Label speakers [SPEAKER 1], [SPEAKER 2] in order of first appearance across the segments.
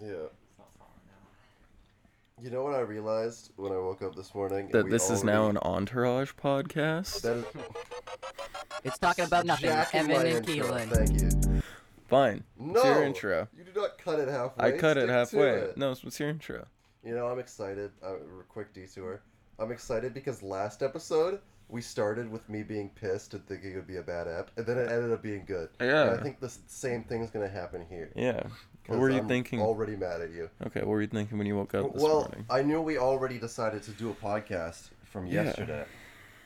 [SPEAKER 1] Yeah.
[SPEAKER 2] It's not far now.
[SPEAKER 1] You know what I realized when I woke up this morning?
[SPEAKER 3] That
[SPEAKER 1] We
[SPEAKER 3] this is now
[SPEAKER 1] already-
[SPEAKER 3] an entourage podcast.
[SPEAKER 1] That is
[SPEAKER 4] It's talking about nothing.
[SPEAKER 1] exactly
[SPEAKER 4] Evan
[SPEAKER 1] my
[SPEAKER 4] and
[SPEAKER 1] intro,
[SPEAKER 4] Keelan.
[SPEAKER 1] Thank you.
[SPEAKER 3] Fine.
[SPEAKER 1] No.
[SPEAKER 3] It's your intro.
[SPEAKER 1] You did not cut it halfway.
[SPEAKER 3] I cut
[SPEAKER 1] Stick
[SPEAKER 3] it
[SPEAKER 1] to
[SPEAKER 3] halfway.
[SPEAKER 1] it.
[SPEAKER 3] No, it's, it's your intro.
[SPEAKER 1] You know, I'm excited. Uh, quick detour. I'm excited because last episode we started with me being pissed and thinking it would be a bad app, and then it ended up being good.
[SPEAKER 3] Yeah.
[SPEAKER 1] And I think the s- same thing's gonna happen here.
[SPEAKER 3] Yeah. What
[SPEAKER 1] 'cause
[SPEAKER 3] were you
[SPEAKER 1] I'm
[SPEAKER 3] thinking?
[SPEAKER 1] Already mad at you.
[SPEAKER 3] Okay, what were you thinking when you woke up this
[SPEAKER 1] well,
[SPEAKER 3] morning?
[SPEAKER 1] I knew we already decided to do a podcast from
[SPEAKER 3] Yeah.
[SPEAKER 1] yesterday,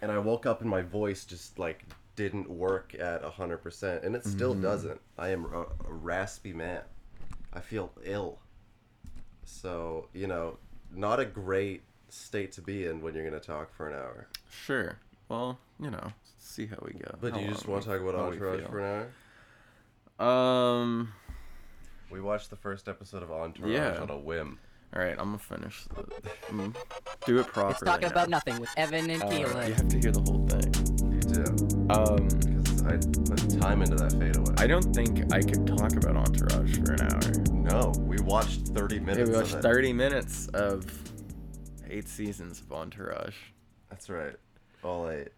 [SPEAKER 1] and I woke up and my voice just like didn't work at hundred percent, and it still
[SPEAKER 3] Mm-hmm.
[SPEAKER 1] doesn't. I am a, a raspy man. I feel ill. So you know, not a great state to be in when you're going to talk for an hour.
[SPEAKER 3] Sure. Well, you know, see how we go.
[SPEAKER 1] But do
[SPEAKER 3] how
[SPEAKER 1] you just
[SPEAKER 3] long
[SPEAKER 1] want to
[SPEAKER 3] we-
[SPEAKER 1] talk about
[SPEAKER 3] how we
[SPEAKER 1] Entourage
[SPEAKER 3] feel.
[SPEAKER 1] for an hour?
[SPEAKER 3] Um.
[SPEAKER 1] We watched the first episode of Entourage
[SPEAKER 3] Yeah.
[SPEAKER 1] on a whim.
[SPEAKER 3] All right, I'm gonna finish. The, mm, do it properly.
[SPEAKER 4] It's talking
[SPEAKER 3] now.
[SPEAKER 4] about nothing with Evan and
[SPEAKER 3] Uh, you
[SPEAKER 4] Keelan.
[SPEAKER 3] have to hear the whole thing.
[SPEAKER 1] You do
[SPEAKER 3] Um,
[SPEAKER 1] because I put time into that fadeaway.
[SPEAKER 3] I don't think I could talk about Entourage for an hour.
[SPEAKER 1] no, we watched thirty
[SPEAKER 3] Yeah,
[SPEAKER 1] minutes.
[SPEAKER 3] we watched
[SPEAKER 1] of it.
[SPEAKER 3] 30 minutes of eight seasons of Entourage.
[SPEAKER 1] That's right. All eight.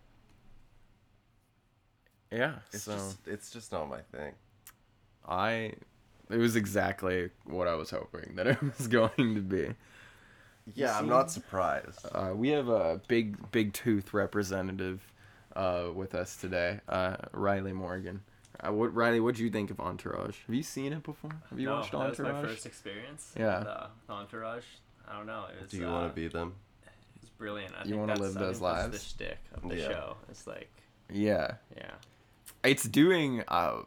[SPEAKER 3] Yeah,
[SPEAKER 1] It's
[SPEAKER 3] so
[SPEAKER 1] just it's just not my thing.
[SPEAKER 3] I, it was exactly what I was hoping that it was going to be.
[SPEAKER 1] Yeah, I'm not surprised.
[SPEAKER 3] Uh, we have a big, big tooth representative uh, with us today, uh, Riley Morgan. Uh, what Riley? What do you think of Entourage? Have you seen it before? Have you
[SPEAKER 2] no,
[SPEAKER 3] watched
[SPEAKER 2] that was
[SPEAKER 3] Entourage?
[SPEAKER 2] my first experience.
[SPEAKER 3] Yeah.
[SPEAKER 2] With, uh, with Entourage. I don't know. It was,
[SPEAKER 1] Do you
[SPEAKER 2] uh,
[SPEAKER 1] want to be them?
[SPEAKER 2] It was brilliant. I
[SPEAKER 3] You
[SPEAKER 2] want
[SPEAKER 3] wanna
[SPEAKER 2] to
[SPEAKER 3] live those
[SPEAKER 2] That's
[SPEAKER 3] lives?
[SPEAKER 2] the shtick of the
[SPEAKER 1] Yeah.
[SPEAKER 2] show. It's like,
[SPEAKER 3] Yeah,
[SPEAKER 2] yeah,
[SPEAKER 3] it's doing. Uh,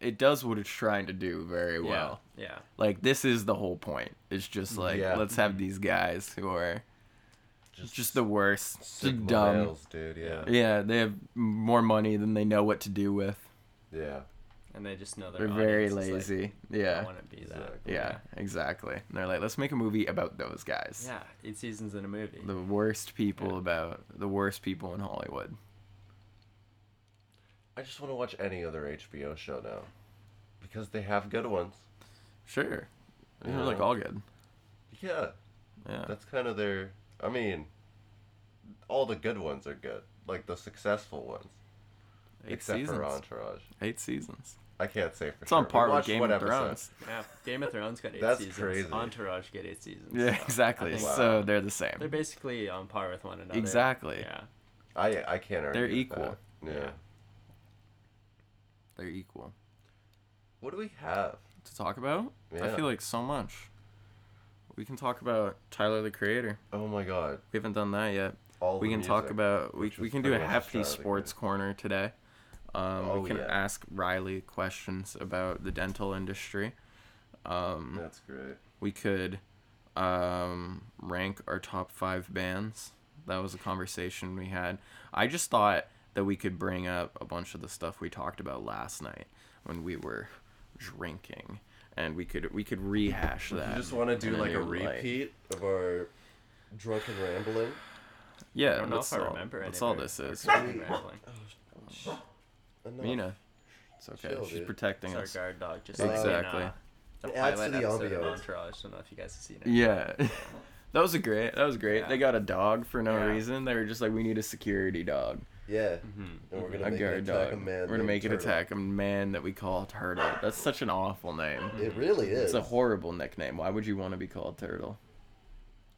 [SPEAKER 3] it does what it's trying to do very well.
[SPEAKER 2] yeah,
[SPEAKER 3] Like this is the whole point. It's just like
[SPEAKER 1] Yeah.
[SPEAKER 3] let's have these guys who are just, the worst, just
[SPEAKER 1] Sigma
[SPEAKER 3] dumb.
[SPEAKER 1] males, dude. Yeah,
[SPEAKER 3] Yeah, they have more money than they know what to do with.
[SPEAKER 1] yeah.
[SPEAKER 2] and they just know
[SPEAKER 3] They're
[SPEAKER 2] their
[SPEAKER 3] very
[SPEAKER 2] audience is
[SPEAKER 3] lazy.
[SPEAKER 2] Like, I
[SPEAKER 3] yeah.
[SPEAKER 2] want to be that.
[SPEAKER 1] Exactly.
[SPEAKER 3] Yeah, exactly. And they're like, let's make a movie about those guys.
[SPEAKER 2] Yeah, eight seasons in a movie.
[SPEAKER 3] The worst people about the worst people in Hollywood.
[SPEAKER 1] I just want to watch any other HBO show now, because they have good ones.
[SPEAKER 3] Sure. These
[SPEAKER 1] Yeah.
[SPEAKER 3] are like all good.
[SPEAKER 1] Yeah,
[SPEAKER 3] Yeah.
[SPEAKER 1] that's kind of their. I mean, all the good ones are good, like the successful ones,
[SPEAKER 3] Eight
[SPEAKER 1] except
[SPEAKER 3] seasons.
[SPEAKER 1] for Entourage.
[SPEAKER 3] Eight seasons.
[SPEAKER 1] I can't say for
[SPEAKER 3] It's
[SPEAKER 1] sure.
[SPEAKER 3] on
[SPEAKER 1] We
[SPEAKER 3] par with
[SPEAKER 1] watched
[SPEAKER 3] Game
[SPEAKER 1] one
[SPEAKER 3] of
[SPEAKER 1] episode.
[SPEAKER 3] Thrones.
[SPEAKER 2] yeah, Game of Thrones got eight
[SPEAKER 1] That's
[SPEAKER 2] seasons.
[SPEAKER 1] crazy.
[SPEAKER 2] Entourage get eight seasons. so
[SPEAKER 3] Yeah,
[SPEAKER 2] I
[SPEAKER 3] exactly.
[SPEAKER 2] think
[SPEAKER 1] Wow.
[SPEAKER 3] So they're the
[SPEAKER 2] They're
[SPEAKER 3] same.
[SPEAKER 2] basically on par with one another.
[SPEAKER 3] Exactly.
[SPEAKER 2] Yeah.
[SPEAKER 1] I I can't argue.
[SPEAKER 3] They're
[SPEAKER 1] with
[SPEAKER 3] equal.
[SPEAKER 1] that. Yeah.
[SPEAKER 2] Yeah.
[SPEAKER 3] They're equal.
[SPEAKER 1] What do we have?
[SPEAKER 3] To talk about?
[SPEAKER 1] Yeah.
[SPEAKER 3] I feel like so much. We can talk about Tyler the Creator.
[SPEAKER 1] Oh my god.
[SPEAKER 3] We haven't done that yet.
[SPEAKER 1] All
[SPEAKER 3] we
[SPEAKER 1] the
[SPEAKER 3] can talk
[SPEAKER 1] music,
[SPEAKER 3] about we,
[SPEAKER 1] which
[SPEAKER 3] we
[SPEAKER 1] was
[SPEAKER 3] can do a
[SPEAKER 1] pretty much
[SPEAKER 3] hefty
[SPEAKER 1] entirely good.
[SPEAKER 3] sports corner today um,
[SPEAKER 1] Oh,
[SPEAKER 3] we can
[SPEAKER 1] yeah.
[SPEAKER 3] ask riley questions about the dental industry um,
[SPEAKER 1] That's great.
[SPEAKER 3] we could um, rank our top five bands that was a conversation we had i just thought that we could bring up a bunch of the stuff we talked about last night when we were drinking and we could we could rehash that
[SPEAKER 1] You just want to do
[SPEAKER 3] in
[SPEAKER 1] like a
[SPEAKER 3] new light.
[SPEAKER 1] repeat of our drunken rambling.
[SPEAKER 3] yeah
[SPEAKER 2] I don't know
[SPEAKER 3] that's
[SPEAKER 2] if I
[SPEAKER 3] all-
[SPEAKER 2] remember. any
[SPEAKER 3] that's
[SPEAKER 2] of
[SPEAKER 3] all
[SPEAKER 2] it.
[SPEAKER 3] this is
[SPEAKER 2] Sorry, Rambling.
[SPEAKER 1] Oh, Enough.
[SPEAKER 3] mina it's okay
[SPEAKER 1] Chill,
[SPEAKER 3] she's
[SPEAKER 1] dude.
[SPEAKER 3] protecting us
[SPEAKER 2] It's our guard dog. Just
[SPEAKER 3] Exactly.
[SPEAKER 2] Like in, uh, the
[SPEAKER 1] It adds to
[SPEAKER 2] pilot
[SPEAKER 1] the
[SPEAKER 2] episode of
[SPEAKER 1] ambiance.
[SPEAKER 2] Entourage. I don't know if you guys have seen it.
[SPEAKER 3] Yeah. That was a great. That was great.
[SPEAKER 2] Yeah.
[SPEAKER 3] They got a dog for no
[SPEAKER 2] Yeah.
[SPEAKER 3] reason. They were just like, we need a security dog,
[SPEAKER 1] Yeah.
[SPEAKER 2] Mhm.
[SPEAKER 1] And we're gonna
[SPEAKER 3] a
[SPEAKER 1] make it
[SPEAKER 3] guard
[SPEAKER 1] attack
[SPEAKER 3] dog.
[SPEAKER 1] a man.
[SPEAKER 3] We're gonna
[SPEAKER 1] named
[SPEAKER 3] make it
[SPEAKER 1] Turtle.
[SPEAKER 3] attack a man that we call Turtle. That's such an awful name.
[SPEAKER 1] It really is.
[SPEAKER 3] It's a horrible nickname. Why would you want to be called Turtle?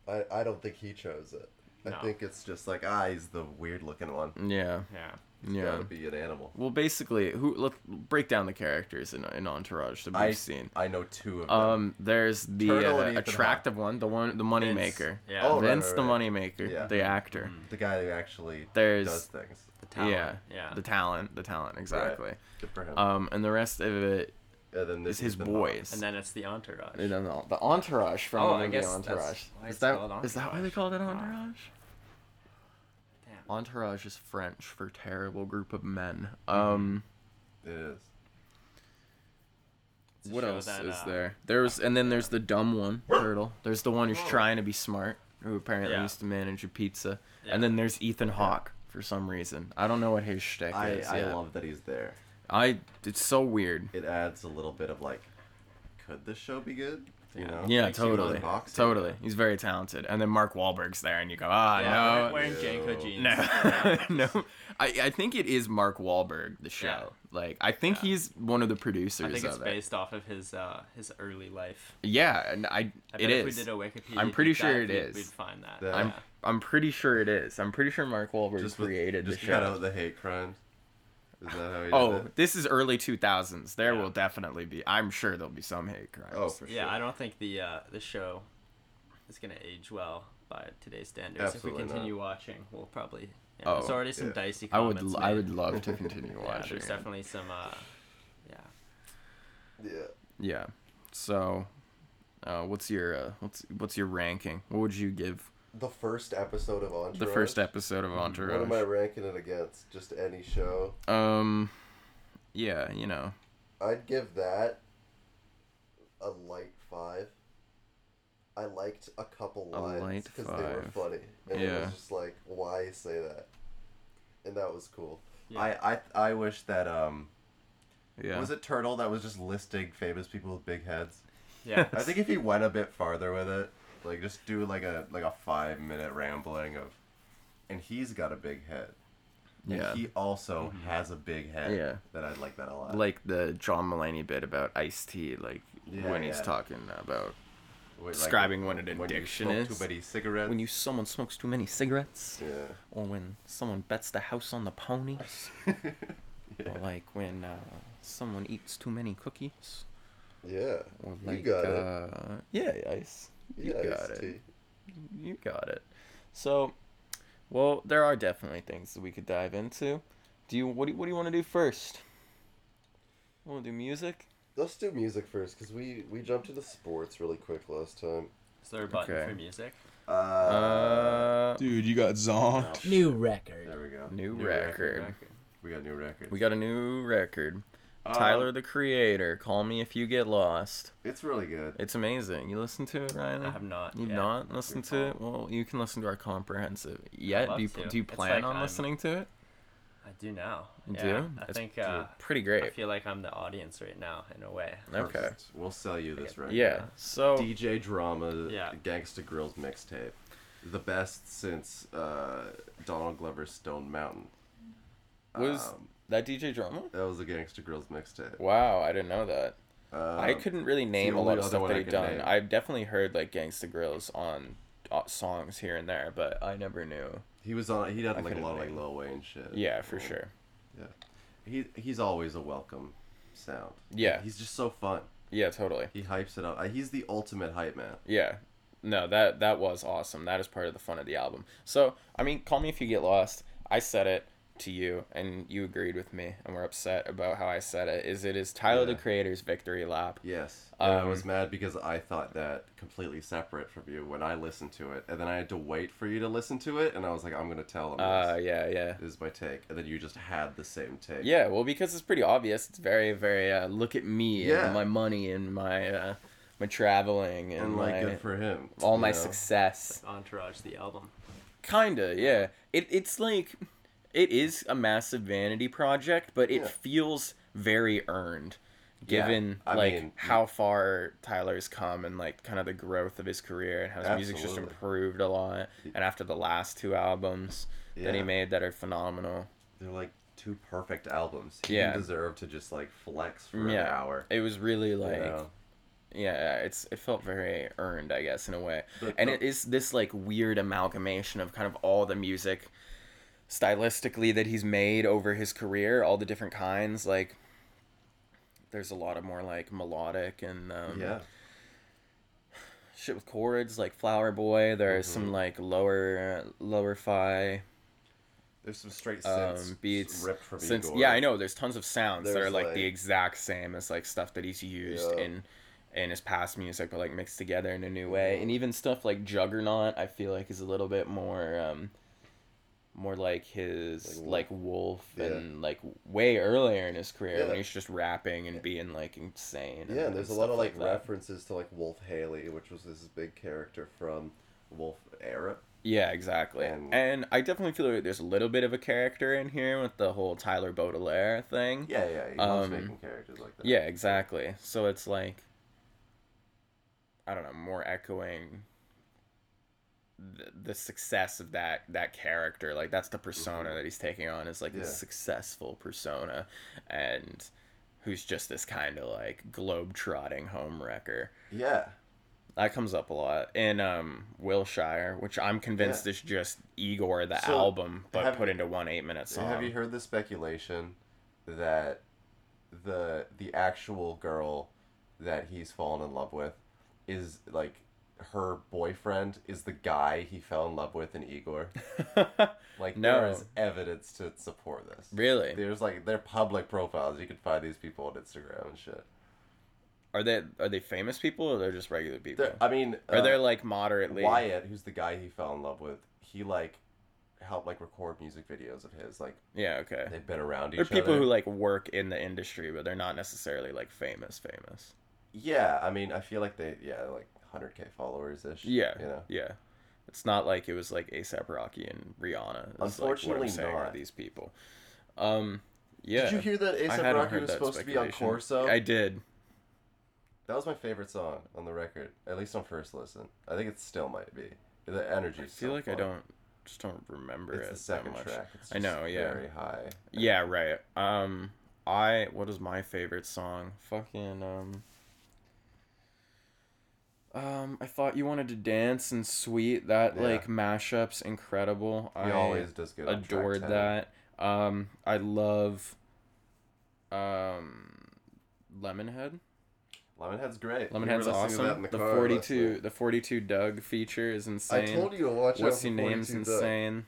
[SPEAKER 1] I I don't think he chose it. I
[SPEAKER 2] No.
[SPEAKER 1] think it's just like ah, he's the weird looking one.
[SPEAKER 3] Yeah.
[SPEAKER 2] Yeah.
[SPEAKER 3] Yeah.
[SPEAKER 1] Gotta be an animal.
[SPEAKER 3] Well, basically, who let break down the characters in, in Entourage that we've
[SPEAKER 1] I
[SPEAKER 3] seen.
[SPEAKER 1] I know two of them.
[SPEAKER 3] Um, there's the
[SPEAKER 1] Turtle and
[SPEAKER 3] uh,
[SPEAKER 1] Ethan Hawke.
[SPEAKER 3] attractive one, the one, the money
[SPEAKER 2] Vince.
[SPEAKER 3] maker.
[SPEAKER 2] Yeah.
[SPEAKER 1] Oh, right,
[SPEAKER 3] Vince,
[SPEAKER 1] right,
[SPEAKER 3] the
[SPEAKER 1] right.
[SPEAKER 3] money maker,
[SPEAKER 1] Yeah.
[SPEAKER 3] the actor.
[SPEAKER 1] the guy who actually
[SPEAKER 3] There's-
[SPEAKER 1] does things.
[SPEAKER 2] The talent.
[SPEAKER 3] Yeah.
[SPEAKER 2] Yeah.
[SPEAKER 3] The talent. The talent. Exactly.
[SPEAKER 1] Good for him.
[SPEAKER 3] Um, and the rest of it
[SPEAKER 1] and then
[SPEAKER 3] is
[SPEAKER 1] this
[SPEAKER 3] his
[SPEAKER 1] Ethan Hawke.
[SPEAKER 3] boys.
[SPEAKER 2] and then it's the Entourage.
[SPEAKER 3] No, no, no. The entourage from
[SPEAKER 2] Oh,
[SPEAKER 3] the
[SPEAKER 2] I
[SPEAKER 3] movie
[SPEAKER 2] guess that's
[SPEAKER 3] Entourage.
[SPEAKER 2] why
[SPEAKER 3] Is
[SPEAKER 2] it's
[SPEAKER 3] that
[SPEAKER 2] called
[SPEAKER 3] is that why they
[SPEAKER 2] Entourage.
[SPEAKER 3] called it
[SPEAKER 2] Ah.
[SPEAKER 3] Entourage?
[SPEAKER 2] Damn.
[SPEAKER 3] Entourage is French for terrible group of men.
[SPEAKER 2] Mm-hmm.
[SPEAKER 3] Um,
[SPEAKER 1] It is.
[SPEAKER 2] It's a
[SPEAKER 3] what
[SPEAKER 2] show
[SPEAKER 3] else
[SPEAKER 2] that,
[SPEAKER 3] is
[SPEAKER 2] uh,
[SPEAKER 3] there? There's and then there's the dumb one, Turtle. There's the one who's
[SPEAKER 1] Oh.
[SPEAKER 3] trying to be smart, who apparently
[SPEAKER 2] Yeah.
[SPEAKER 3] used to manage a pizza.
[SPEAKER 2] Yeah.
[SPEAKER 3] And then there's Ethan Hawke for some reason. I don't know what his shtick
[SPEAKER 1] I
[SPEAKER 3] is.
[SPEAKER 1] I
[SPEAKER 3] yet.
[SPEAKER 1] love that he's there.
[SPEAKER 3] I it's so weird.
[SPEAKER 1] It adds a little bit of like could this show be good? You
[SPEAKER 2] Yeah.
[SPEAKER 1] know?
[SPEAKER 3] Yeah,
[SPEAKER 2] Makes you want
[SPEAKER 3] totally.
[SPEAKER 1] boxing.
[SPEAKER 3] Totally. He's very talented. And then Mark Wahlberg's there, and you go, ah,
[SPEAKER 2] Yeah,
[SPEAKER 3] no.
[SPEAKER 2] wearing Janko
[SPEAKER 1] No.
[SPEAKER 2] jeans.
[SPEAKER 3] No, no. I, I think it is Mark Wahlberg, the show.
[SPEAKER 2] Yeah.
[SPEAKER 3] Like, I think
[SPEAKER 2] Yeah.
[SPEAKER 3] he's one of the producers
[SPEAKER 2] I think it's
[SPEAKER 3] of it.
[SPEAKER 2] based off of his uh, his early life.
[SPEAKER 3] Yeah, and I,
[SPEAKER 2] I
[SPEAKER 3] it
[SPEAKER 2] bet if
[SPEAKER 3] is.
[SPEAKER 2] we did a Wikipedia,
[SPEAKER 3] I'm pretty
[SPEAKER 2] deep
[SPEAKER 3] sure
[SPEAKER 2] dive,
[SPEAKER 3] it
[SPEAKER 2] we'd-
[SPEAKER 3] is.
[SPEAKER 2] We'd find that.
[SPEAKER 1] That-
[SPEAKER 3] I'm
[SPEAKER 2] yeah.
[SPEAKER 3] I'm pretty sure it is. I'm pretty sure Mark Wahlberg
[SPEAKER 1] Just with-
[SPEAKER 3] created
[SPEAKER 1] just
[SPEAKER 3] the
[SPEAKER 1] cut
[SPEAKER 3] show.
[SPEAKER 1] out the hate crimes. Is that how you
[SPEAKER 3] Oh,
[SPEAKER 1] did it?
[SPEAKER 3] this is early 2000s. There
[SPEAKER 2] Yeah.
[SPEAKER 3] will definitely be. I'm sure there'll be some hate crimes.
[SPEAKER 1] Oh, for sure.
[SPEAKER 2] Yeah, I don't think the uh, the show is gonna age well by today's standards.
[SPEAKER 1] Absolutely
[SPEAKER 2] if
[SPEAKER 1] not.
[SPEAKER 2] we continue watching, we'll probably. Yeah,
[SPEAKER 3] Oh,
[SPEAKER 2] there's already some
[SPEAKER 1] yeah.
[SPEAKER 2] dicey.
[SPEAKER 3] I would.
[SPEAKER 2] comments
[SPEAKER 3] l- I
[SPEAKER 2] made.
[SPEAKER 3] would love to continue
[SPEAKER 2] Yeah,
[SPEAKER 3] watching.
[SPEAKER 2] there's
[SPEAKER 3] it.
[SPEAKER 2] definitely some. Uh, yeah.
[SPEAKER 1] Yeah.
[SPEAKER 3] Yeah. So, uh, what's your uh, what's what's your ranking? What would you give
[SPEAKER 1] The first episode of Entourage.
[SPEAKER 3] the first episode of
[SPEAKER 1] Mm, What
[SPEAKER 3] Entourage?
[SPEAKER 1] am I ranking it against? Just any show.
[SPEAKER 3] Um, yeah, you know,
[SPEAKER 1] I'd give that a light five. I liked a couple
[SPEAKER 3] A
[SPEAKER 1] lines
[SPEAKER 3] light
[SPEAKER 1] because they were
[SPEAKER 3] five.
[SPEAKER 1] funny, and it
[SPEAKER 3] Yeah.
[SPEAKER 1] was just like, why say that? And that was cool.
[SPEAKER 2] Yeah.
[SPEAKER 1] I, I I wish that um
[SPEAKER 3] yeah.
[SPEAKER 1] was it Turtle that was just listing famous people with big heads.
[SPEAKER 2] Yeah.
[SPEAKER 1] I think if he went a bit farther with it, like just do like a like a five minute rambling of, and he's got a big head. And
[SPEAKER 3] Yeah. Mm-hmm.
[SPEAKER 1] He also has a big head.
[SPEAKER 3] Yeah.
[SPEAKER 1] That I'd like that a lot.
[SPEAKER 3] Like the John Mulaney bit about Ice Tea, like
[SPEAKER 1] Yeah,
[SPEAKER 3] when he's
[SPEAKER 1] yeah.
[SPEAKER 3] talking about
[SPEAKER 1] Wait, like
[SPEAKER 3] describing what an
[SPEAKER 1] when you
[SPEAKER 3] addiction
[SPEAKER 1] smoke
[SPEAKER 3] is.
[SPEAKER 1] Too many cigarettes.
[SPEAKER 3] when you someone smokes too many cigarettes,
[SPEAKER 1] Yeah.
[SPEAKER 3] or when someone bets the house on the ponies, or like when uh, someone eats too many cookies,
[SPEAKER 1] Yeah.
[SPEAKER 3] or
[SPEAKER 1] you
[SPEAKER 3] like
[SPEAKER 1] got it.
[SPEAKER 3] uh, yeah, ice, you
[SPEAKER 1] yeah,
[SPEAKER 3] got
[SPEAKER 1] Ice-T.
[SPEAKER 3] it. You got it. So, well, there are definitely things that we could dive into. Do you what do you, what do you want to do first? Want to do music?
[SPEAKER 1] Let's do music first, cause we we jumped into sports really quick last time.
[SPEAKER 2] Is there a button
[SPEAKER 3] Okay.
[SPEAKER 2] for music?
[SPEAKER 1] Uh,
[SPEAKER 3] Uh,
[SPEAKER 5] Dude, you got zonked.
[SPEAKER 4] New record.
[SPEAKER 1] there we go.
[SPEAKER 3] new,
[SPEAKER 2] Record,
[SPEAKER 3] record.
[SPEAKER 2] record.
[SPEAKER 1] We got new record.
[SPEAKER 3] We got a new record.
[SPEAKER 5] Uh,
[SPEAKER 3] Tyler the Creator. Call me if you get lost.
[SPEAKER 1] It's really good.
[SPEAKER 3] It's amazing. You listen to it, Ryan?
[SPEAKER 2] I have not.
[SPEAKER 3] You've
[SPEAKER 2] yet.
[SPEAKER 3] not listened to it? Well, you can listen to our comprehensive. Yet,
[SPEAKER 2] love
[SPEAKER 3] do you,
[SPEAKER 2] to.
[SPEAKER 3] do you
[SPEAKER 2] It's
[SPEAKER 3] plan
[SPEAKER 2] like
[SPEAKER 3] on
[SPEAKER 2] I'm-
[SPEAKER 3] listening to it?
[SPEAKER 2] I do now.
[SPEAKER 3] You
[SPEAKER 2] yeah,
[SPEAKER 3] do?
[SPEAKER 2] I
[SPEAKER 3] That's
[SPEAKER 2] think uh,
[SPEAKER 3] pretty
[SPEAKER 2] I
[SPEAKER 3] great.
[SPEAKER 2] feel like I'm the audience right now in a way.
[SPEAKER 3] Okay.
[SPEAKER 1] First, We'll sell you this record.
[SPEAKER 3] Yeah. So
[SPEAKER 1] DJ Drama,
[SPEAKER 2] Yeah.
[SPEAKER 1] Gangsta Grills mixtape, the best since uh, Donald Glover's Stone Mountain.
[SPEAKER 3] was
[SPEAKER 1] Um,
[SPEAKER 3] that DJ Drama?
[SPEAKER 1] that was a Gangsta Grills mixtape.
[SPEAKER 3] Wow, I didn't know that.
[SPEAKER 1] Um,
[SPEAKER 3] I couldn't really name a
[SPEAKER 1] only
[SPEAKER 3] lot of
[SPEAKER 1] other
[SPEAKER 3] stuff
[SPEAKER 1] one
[SPEAKER 3] that
[SPEAKER 1] I
[SPEAKER 3] he'd
[SPEAKER 1] could
[SPEAKER 3] done.
[SPEAKER 1] name.
[SPEAKER 3] I've definitely heard like Gangsta Grills on uh, songs here and there, but I never knew.
[SPEAKER 1] He was on. He did
[SPEAKER 3] I
[SPEAKER 1] like a
[SPEAKER 3] couldn't
[SPEAKER 1] lot of like
[SPEAKER 3] name.
[SPEAKER 1] Lil Wayne shit. Um,
[SPEAKER 3] Yeah, for sure.
[SPEAKER 1] Yeah. He he's always a welcome sound.
[SPEAKER 3] Yeah.
[SPEAKER 1] He's just so fun.
[SPEAKER 3] Yeah, totally.
[SPEAKER 1] He hypes it up. Uh, He's the ultimate hype man.
[SPEAKER 3] Yeah. No, that that was awesome. That is part of the fun of the album. So, I mean, call me if you get lost. I said it to you and you agreed with me and we're upset about how I said it. Is it is Tyler the
[SPEAKER 1] Yeah.
[SPEAKER 3] Creator's victory lap.
[SPEAKER 1] Yes. And I
[SPEAKER 3] Um,
[SPEAKER 1] was mad because I thought that completely separate from you when I listened to it, and then I had to wait for you to listen to it, and I was like, I'm gonna tell him.
[SPEAKER 3] Uh
[SPEAKER 1] this.
[SPEAKER 3] yeah, yeah.
[SPEAKER 1] is my take, and then you just had the same take.
[SPEAKER 3] Yeah, well, because it's pretty obvious. It's very, very uh, look at me
[SPEAKER 1] Yeah.
[SPEAKER 3] and my money and my uh, my traveling and,
[SPEAKER 1] and like
[SPEAKER 3] my,
[SPEAKER 1] good for him.
[SPEAKER 3] all
[SPEAKER 1] you
[SPEAKER 3] my
[SPEAKER 1] know?
[SPEAKER 3] success.
[SPEAKER 2] Entourage the album.
[SPEAKER 3] Kinda, yeah. It it's like it is a massive vanity project, but it
[SPEAKER 1] Yeah.
[SPEAKER 3] feels very earned, given
[SPEAKER 1] I
[SPEAKER 3] like
[SPEAKER 1] mean-
[SPEAKER 3] how far Tyler's come and like kind of the growth of his career and how his music's just
[SPEAKER 1] Absolutely.
[SPEAKER 3] improved a lot. And after the last two albums that he
[SPEAKER 1] Yeah.
[SPEAKER 3] made that are phenomenal.
[SPEAKER 1] They're like two perfect albums. He
[SPEAKER 3] Yeah.
[SPEAKER 1] yeah. deserved to just like flex for an
[SPEAKER 3] Yeah.
[SPEAKER 1] hour.
[SPEAKER 3] It was really
[SPEAKER 1] you
[SPEAKER 3] like
[SPEAKER 1] know?
[SPEAKER 3] yeah it's it felt very earned i guess in a way
[SPEAKER 1] But
[SPEAKER 3] and
[SPEAKER 1] the-
[SPEAKER 3] it is this like weird amalgamation of kind of all the music stylistically that he's made over his career all the different kinds like there's a lot of more like melodic and um,
[SPEAKER 1] Yeah.
[SPEAKER 3] shit with chords like flower boy there's
[SPEAKER 1] Mm-hmm.
[SPEAKER 3] some like lower lower fi
[SPEAKER 1] There's some straight synths
[SPEAKER 3] um, beats
[SPEAKER 1] ripped from
[SPEAKER 3] since
[SPEAKER 1] Igor.
[SPEAKER 3] yeah i know there's tons of sounds that
[SPEAKER 1] There's,
[SPEAKER 3] are like, the
[SPEAKER 1] like-
[SPEAKER 3] exact same as like stuff that he's used
[SPEAKER 1] Yeah.
[SPEAKER 3] in in his past music but like mixed together in a new
[SPEAKER 1] Mm-hmm.
[SPEAKER 3] way and even stuff like juggernaut i feel like is a little bit more um more like his like
[SPEAKER 1] Like
[SPEAKER 3] wolf, and like way earlier in his career
[SPEAKER 1] Yeah.
[SPEAKER 3] when he's just rapping and being like insane
[SPEAKER 1] Yeah, and there's a lot
[SPEAKER 3] stuff
[SPEAKER 1] of like,
[SPEAKER 3] that.
[SPEAKER 1] references to like Wolf Haley, which was this big character from Wolf era.
[SPEAKER 3] Yeah, exactly.
[SPEAKER 1] And-
[SPEAKER 3] And I definitely feel like there's a little bit of a character in here with the whole Tyler Baudelaire thing.
[SPEAKER 1] Yeah, yeah, he loves
[SPEAKER 3] Um,
[SPEAKER 1] making characters like that.
[SPEAKER 3] Yeah, exactly. So it's like I don't know, more echoing the, the success of that that character. Like that's the persona that he's taking on is like this
[SPEAKER 1] Mm-hmm. Yeah.
[SPEAKER 3] successful persona, and who's just this kind of like globe-trotting homewrecker.
[SPEAKER 1] Yeah.
[SPEAKER 3] That comes up a lot in um, Wilshire, which I'm convinced
[SPEAKER 1] Yeah.
[SPEAKER 3] is just Igor the
[SPEAKER 1] So,
[SPEAKER 3] album, but
[SPEAKER 1] have-
[SPEAKER 3] put into one eight-minute
[SPEAKER 1] So
[SPEAKER 3] song.
[SPEAKER 1] have you heard the speculation that the the actual girl that he's fallen in love with is like her boyfriend is the guy he fell in love with in Igor? Like there
[SPEAKER 3] No.
[SPEAKER 1] is evidence to support this.
[SPEAKER 3] really?
[SPEAKER 1] There's like their public profiles. You can find these people on Instagram and shit.
[SPEAKER 3] Are they are they famous people or they're just regular people?
[SPEAKER 1] They're- I mean,
[SPEAKER 3] are they
[SPEAKER 1] uh,
[SPEAKER 3] like moderately?
[SPEAKER 1] Wyatt, who's the guy he fell in love with? He like helped like record music videos of his. Like
[SPEAKER 3] Yeah, okay.
[SPEAKER 1] they've been around each
[SPEAKER 3] There are people
[SPEAKER 1] other.
[SPEAKER 3] who like work in the industry, but they're not necessarily like famous, famous.
[SPEAKER 1] Yeah, I mean, I feel like they, yeah, like 100k followers ish.
[SPEAKER 3] Yeah,
[SPEAKER 1] You know?
[SPEAKER 3] yeah. It's not like it was like ASAP Rocky and Rihanna. It's like what
[SPEAKER 1] Unfortunately
[SPEAKER 3] I'm saying are
[SPEAKER 1] not.
[SPEAKER 3] these people. Um, yeah.
[SPEAKER 1] Did you hear that
[SPEAKER 3] I
[SPEAKER 1] ASAP
[SPEAKER 3] hadn't
[SPEAKER 1] Rocky
[SPEAKER 3] heard
[SPEAKER 1] was
[SPEAKER 3] that
[SPEAKER 1] supposed to be on
[SPEAKER 3] speculation.
[SPEAKER 1] Corso?
[SPEAKER 3] I did.
[SPEAKER 1] That was my favorite song on the record, at least on first listen. I think it still might be. The energy.
[SPEAKER 3] I feel like I don't just don't remember
[SPEAKER 1] It's
[SPEAKER 3] it
[SPEAKER 1] the second
[SPEAKER 3] that much.
[SPEAKER 1] track. It's
[SPEAKER 3] I know,
[SPEAKER 1] just
[SPEAKER 3] yeah.
[SPEAKER 1] Very high.
[SPEAKER 3] Yeah, right. Um, I what is my favorite song? Fucking um. Um, I thought you wanted to dance and sweet. That
[SPEAKER 1] Yeah.
[SPEAKER 3] like mashups incredible.
[SPEAKER 1] He
[SPEAKER 3] I
[SPEAKER 1] always does good. on track
[SPEAKER 3] adored
[SPEAKER 1] 10.
[SPEAKER 3] that. Um, I love. Um, Lemonhead.
[SPEAKER 1] Lemonhead's great. We were
[SPEAKER 3] Lemonhead's
[SPEAKER 1] listening to
[SPEAKER 3] awesome.
[SPEAKER 1] that in
[SPEAKER 3] the
[SPEAKER 1] car last
[SPEAKER 3] forty-two,
[SPEAKER 1] night.
[SPEAKER 3] the forty-two Doug feature is
[SPEAKER 1] I
[SPEAKER 3] insane.
[SPEAKER 1] told you to watch out
[SPEAKER 3] What's
[SPEAKER 1] for
[SPEAKER 3] Your Name's
[SPEAKER 1] 42 Doug.
[SPEAKER 3] insane.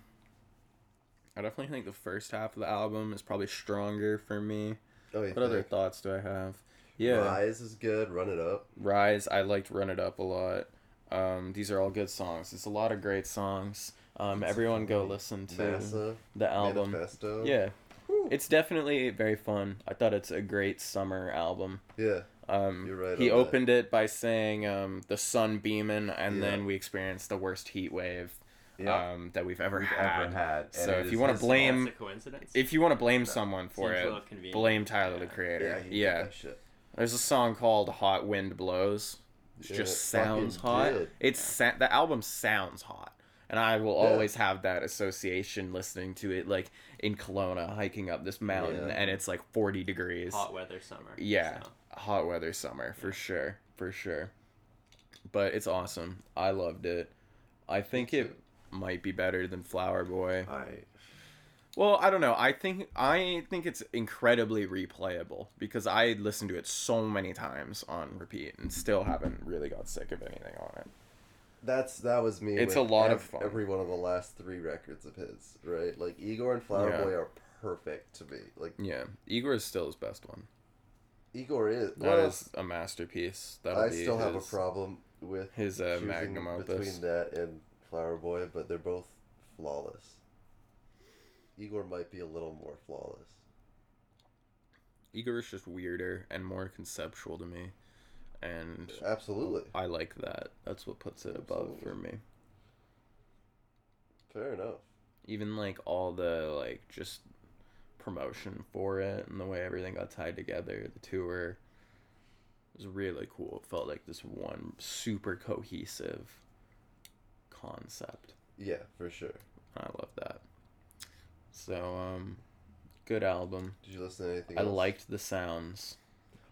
[SPEAKER 3] I definitely think the first half of the album is probably stronger for me.
[SPEAKER 1] Oh, you
[SPEAKER 3] What other
[SPEAKER 1] think?
[SPEAKER 3] thoughts do I have? Yeah,
[SPEAKER 1] Rise is good. Run it up.
[SPEAKER 3] Rise. I liked Run It Up a lot. Um, these are all good songs. It's a lot of great songs. Um, everyone go listen to
[SPEAKER 1] NASA.
[SPEAKER 3] the album.
[SPEAKER 1] Manifesto.
[SPEAKER 3] Yeah,
[SPEAKER 1] Whew.
[SPEAKER 3] it's definitely very fun. I thought it's a great summer album.
[SPEAKER 1] Yeah.
[SPEAKER 3] Um,
[SPEAKER 1] You're right
[SPEAKER 3] he
[SPEAKER 1] on that.
[SPEAKER 3] opened it by saying um, the sun beaming, and
[SPEAKER 1] Yeah.
[SPEAKER 3] then we experienced the worst heat wave
[SPEAKER 1] Yeah.
[SPEAKER 3] um, that we've ever
[SPEAKER 1] We've
[SPEAKER 3] had.
[SPEAKER 1] ever had. and
[SPEAKER 3] So
[SPEAKER 1] it
[SPEAKER 3] if
[SPEAKER 1] is
[SPEAKER 3] you wanna
[SPEAKER 1] his
[SPEAKER 3] blame-
[SPEAKER 1] fault.
[SPEAKER 2] That's a coincidence.
[SPEAKER 3] If you want to blame someone for
[SPEAKER 2] Seems a little
[SPEAKER 3] it,
[SPEAKER 2] convenient.
[SPEAKER 3] blame Tyler the
[SPEAKER 2] Yeah.
[SPEAKER 3] Creator.
[SPEAKER 1] he did
[SPEAKER 3] Yeah,
[SPEAKER 1] that shit.
[SPEAKER 3] there's a song called "Hot Wind Blows." It
[SPEAKER 1] Yeah,
[SPEAKER 3] just
[SPEAKER 1] it fucking
[SPEAKER 3] sounds hot.
[SPEAKER 1] did.
[SPEAKER 3] It's sa- the album sounds hot, and I will
[SPEAKER 1] Yeah.
[SPEAKER 3] always have that association listening to it, like in Kelowna, hiking up this mountain,
[SPEAKER 1] Yeah.
[SPEAKER 3] and it's like 40 degrees.
[SPEAKER 2] hot weather summer.
[SPEAKER 3] Yeah,
[SPEAKER 2] so.
[SPEAKER 3] hot weather summer for sure, for sure. But it's awesome. I loved it. I think it might be better than Flower Boy.
[SPEAKER 1] I
[SPEAKER 3] Well, I don't know. I think I think it's incredibly replayable because I listened to it so many times on repeat and still haven't really got sick of anything on it.
[SPEAKER 1] that's that was me.
[SPEAKER 3] It's
[SPEAKER 1] with
[SPEAKER 3] a lot of
[SPEAKER 1] ev-
[SPEAKER 3] fun.
[SPEAKER 1] Every one of the last three records of his, right? Like Igor and Flower
[SPEAKER 3] Yeah.
[SPEAKER 1] Boy are perfect to me. Like
[SPEAKER 3] Yeah, Igor is still his best one.
[SPEAKER 1] Igor is.
[SPEAKER 3] That
[SPEAKER 1] well,
[SPEAKER 3] is a masterpiece. That'll
[SPEAKER 1] I
[SPEAKER 3] be
[SPEAKER 1] still have a
[SPEAKER 3] his-
[SPEAKER 1] problem with
[SPEAKER 3] his, uh,
[SPEAKER 1] choosing
[SPEAKER 3] magnum opus.
[SPEAKER 1] between that and Flower Boy, but they're both flawless. Igor might be a little more flawless.
[SPEAKER 3] Igor is just weirder and more conceptual to me, and
[SPEAKER 1] Absolutely,
[SPEAKER 3] I like that. That's what puts it above for me.
[SPEAKER 1] fair enough.
[SPEAKER 3] Even like all the like just promotion for it and the way everything got tied together, the tour it was really cool. It felt like this one super cohesive concept.
[SPEAKER 1] Yeah, for sure.
[SPEAKER 3] I love that. So um good album.
[SPEAKER 1] Did you listen to anything?
[SPEAKER 3] I
[SPEAKER 1] else?
[SPEAKER 3] liked the sounds.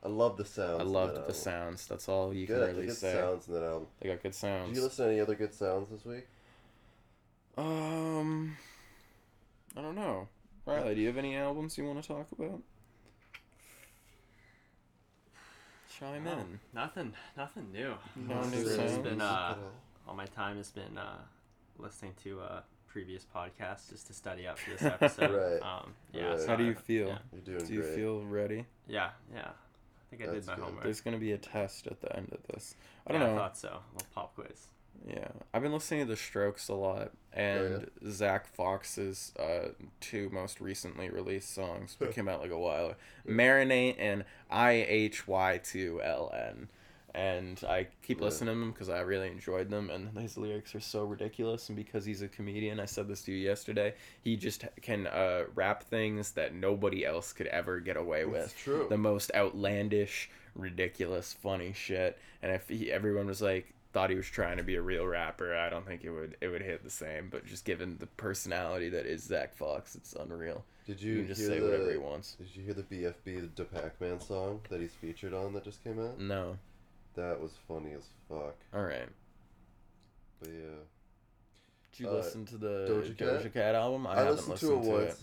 [SPEAKER 1] I love the sounds.
[SPEAKER 3] I
[SPEAKER 1] in
[SPEAKER 3] loved
[SPEAKER 1] that
[SPEAKER 3] the
[SPEAKER 1] album.
[SPEAKER 3] sounds. That's all you
[SPEAKER 1] Good,
[SPEAKER 3] can
[SPEAKER 1] the
[SPEAKER 3] really
[SPEAKER 1] good
[SPEAKER 3] say.
[SPEAKER 1] sounds in that album.
[SPEAKER 3] They got good
[SPEAKER 1] Did
[SPEAKER 3] sounds.
[SPEAKER 1] you listen to any other good sounds this week?
[SPEAKER 3] Um, I don't know. Riley, do you have any albums you want to talk about? Chime
[SPEAKER 2] No,
[SPEAKER 3] in.
[SPEAKER 2] Nothing. Nothing new.
[SPEAKER 3] No
[SPEAKER 2] It's
[SPEAKER 3] new
[SPEAKER 2] just
[SPEAKER 3] sounds.
[SPEAKER 2] been,
[SPEAKER 1] Music
[SPEAKER 2] uh,
[SPEAKER 1] at all?
[SPEAKER 2] all my time has been uh, listening to uh, previous podcasts just to study up for this episode.
[SPEAKER 1] Right.
[SPEAKER 2] Um, yeah.
[SPEAKER 1] Right.
[SPEAKER 2] so
[SPEAKER 3] How do
[SPEAKER 2] I-
[SPEAKER 3] you feel?
[SPEAKER 2] Yeah.
[SPEAKER 1] You're doing
[SPEAKER 3] Do you
[SPEAKER 1] great.
[SPEAKER 3] feel ready?
[SPEAKER 2] Yeah. yeah. I think I
[SPEAKER 1] That's
[SPEAKER 2] did my
[SPEAKER 1] good.
[SPEAKER 2] homework.
[SPEAKER 3] There's gonna be a test at the end of this. I
[SPEAKER 2] yeah,
[SPEAKER 3] don't
[SPEAKER 2] I
[SPEAKER 3] know.
[SPEAKER 2] thought so. A little pop quiz.
[SPEAKER 3] Yeah, I've been listening to The Strokes a lot, and Zach Fox's uh, two most recently released songs that came out like a while, ago, "Marinate" and "I H Y Two L N," and I keep
[SPEAKER 1] Yeah.
[SPEAKER 3] listening to them because I really enjoyed them, and his lyrics are so ridiculous. And because he's a comedian, I said this to you yesterday, he just can uh, rap things that nobody else could ever get away
[SPEAKER 1] It's
[SPEAKER 3] with
[SPEAKER 1] true.
[SPEAKER 3] the most outlandish ridiculous, funny shit. And if he, everyone was like thought he was trying to be a real rapper, I don't think it would it would hit the same. But just given the personality that is Zach Fox, it's unreal.
[SPEAKER 1] Did
[SPEAKER 3] You
[SPEAKER 1] you,
[SPEAKER 3] can just
[SPEAKER 1] hear
[SPEAKER 3] say
[SPEAKER 1] the,
[SPEAKER 3] whatever he wants.
[SPEAKER 1] Did you hear the BFB the Pac Man song that he's featured on that just came out?
[SPEAKER 3] No,
[SPEAKER 1] That was funny as fuck.
[SPEAKER 3] all right.
[SPEAKER 1] But yeah,
[SPEAKER 3] Did you
[SPEAKER 1] Uh,
[SPEAKER 3] listen to the Doja
[SPEAKER 1] Doja
[SPEAKER 3] Cat,
[SPEAKER 1] Cat?
[SPEAKER 3] album? I, haven't listened to it.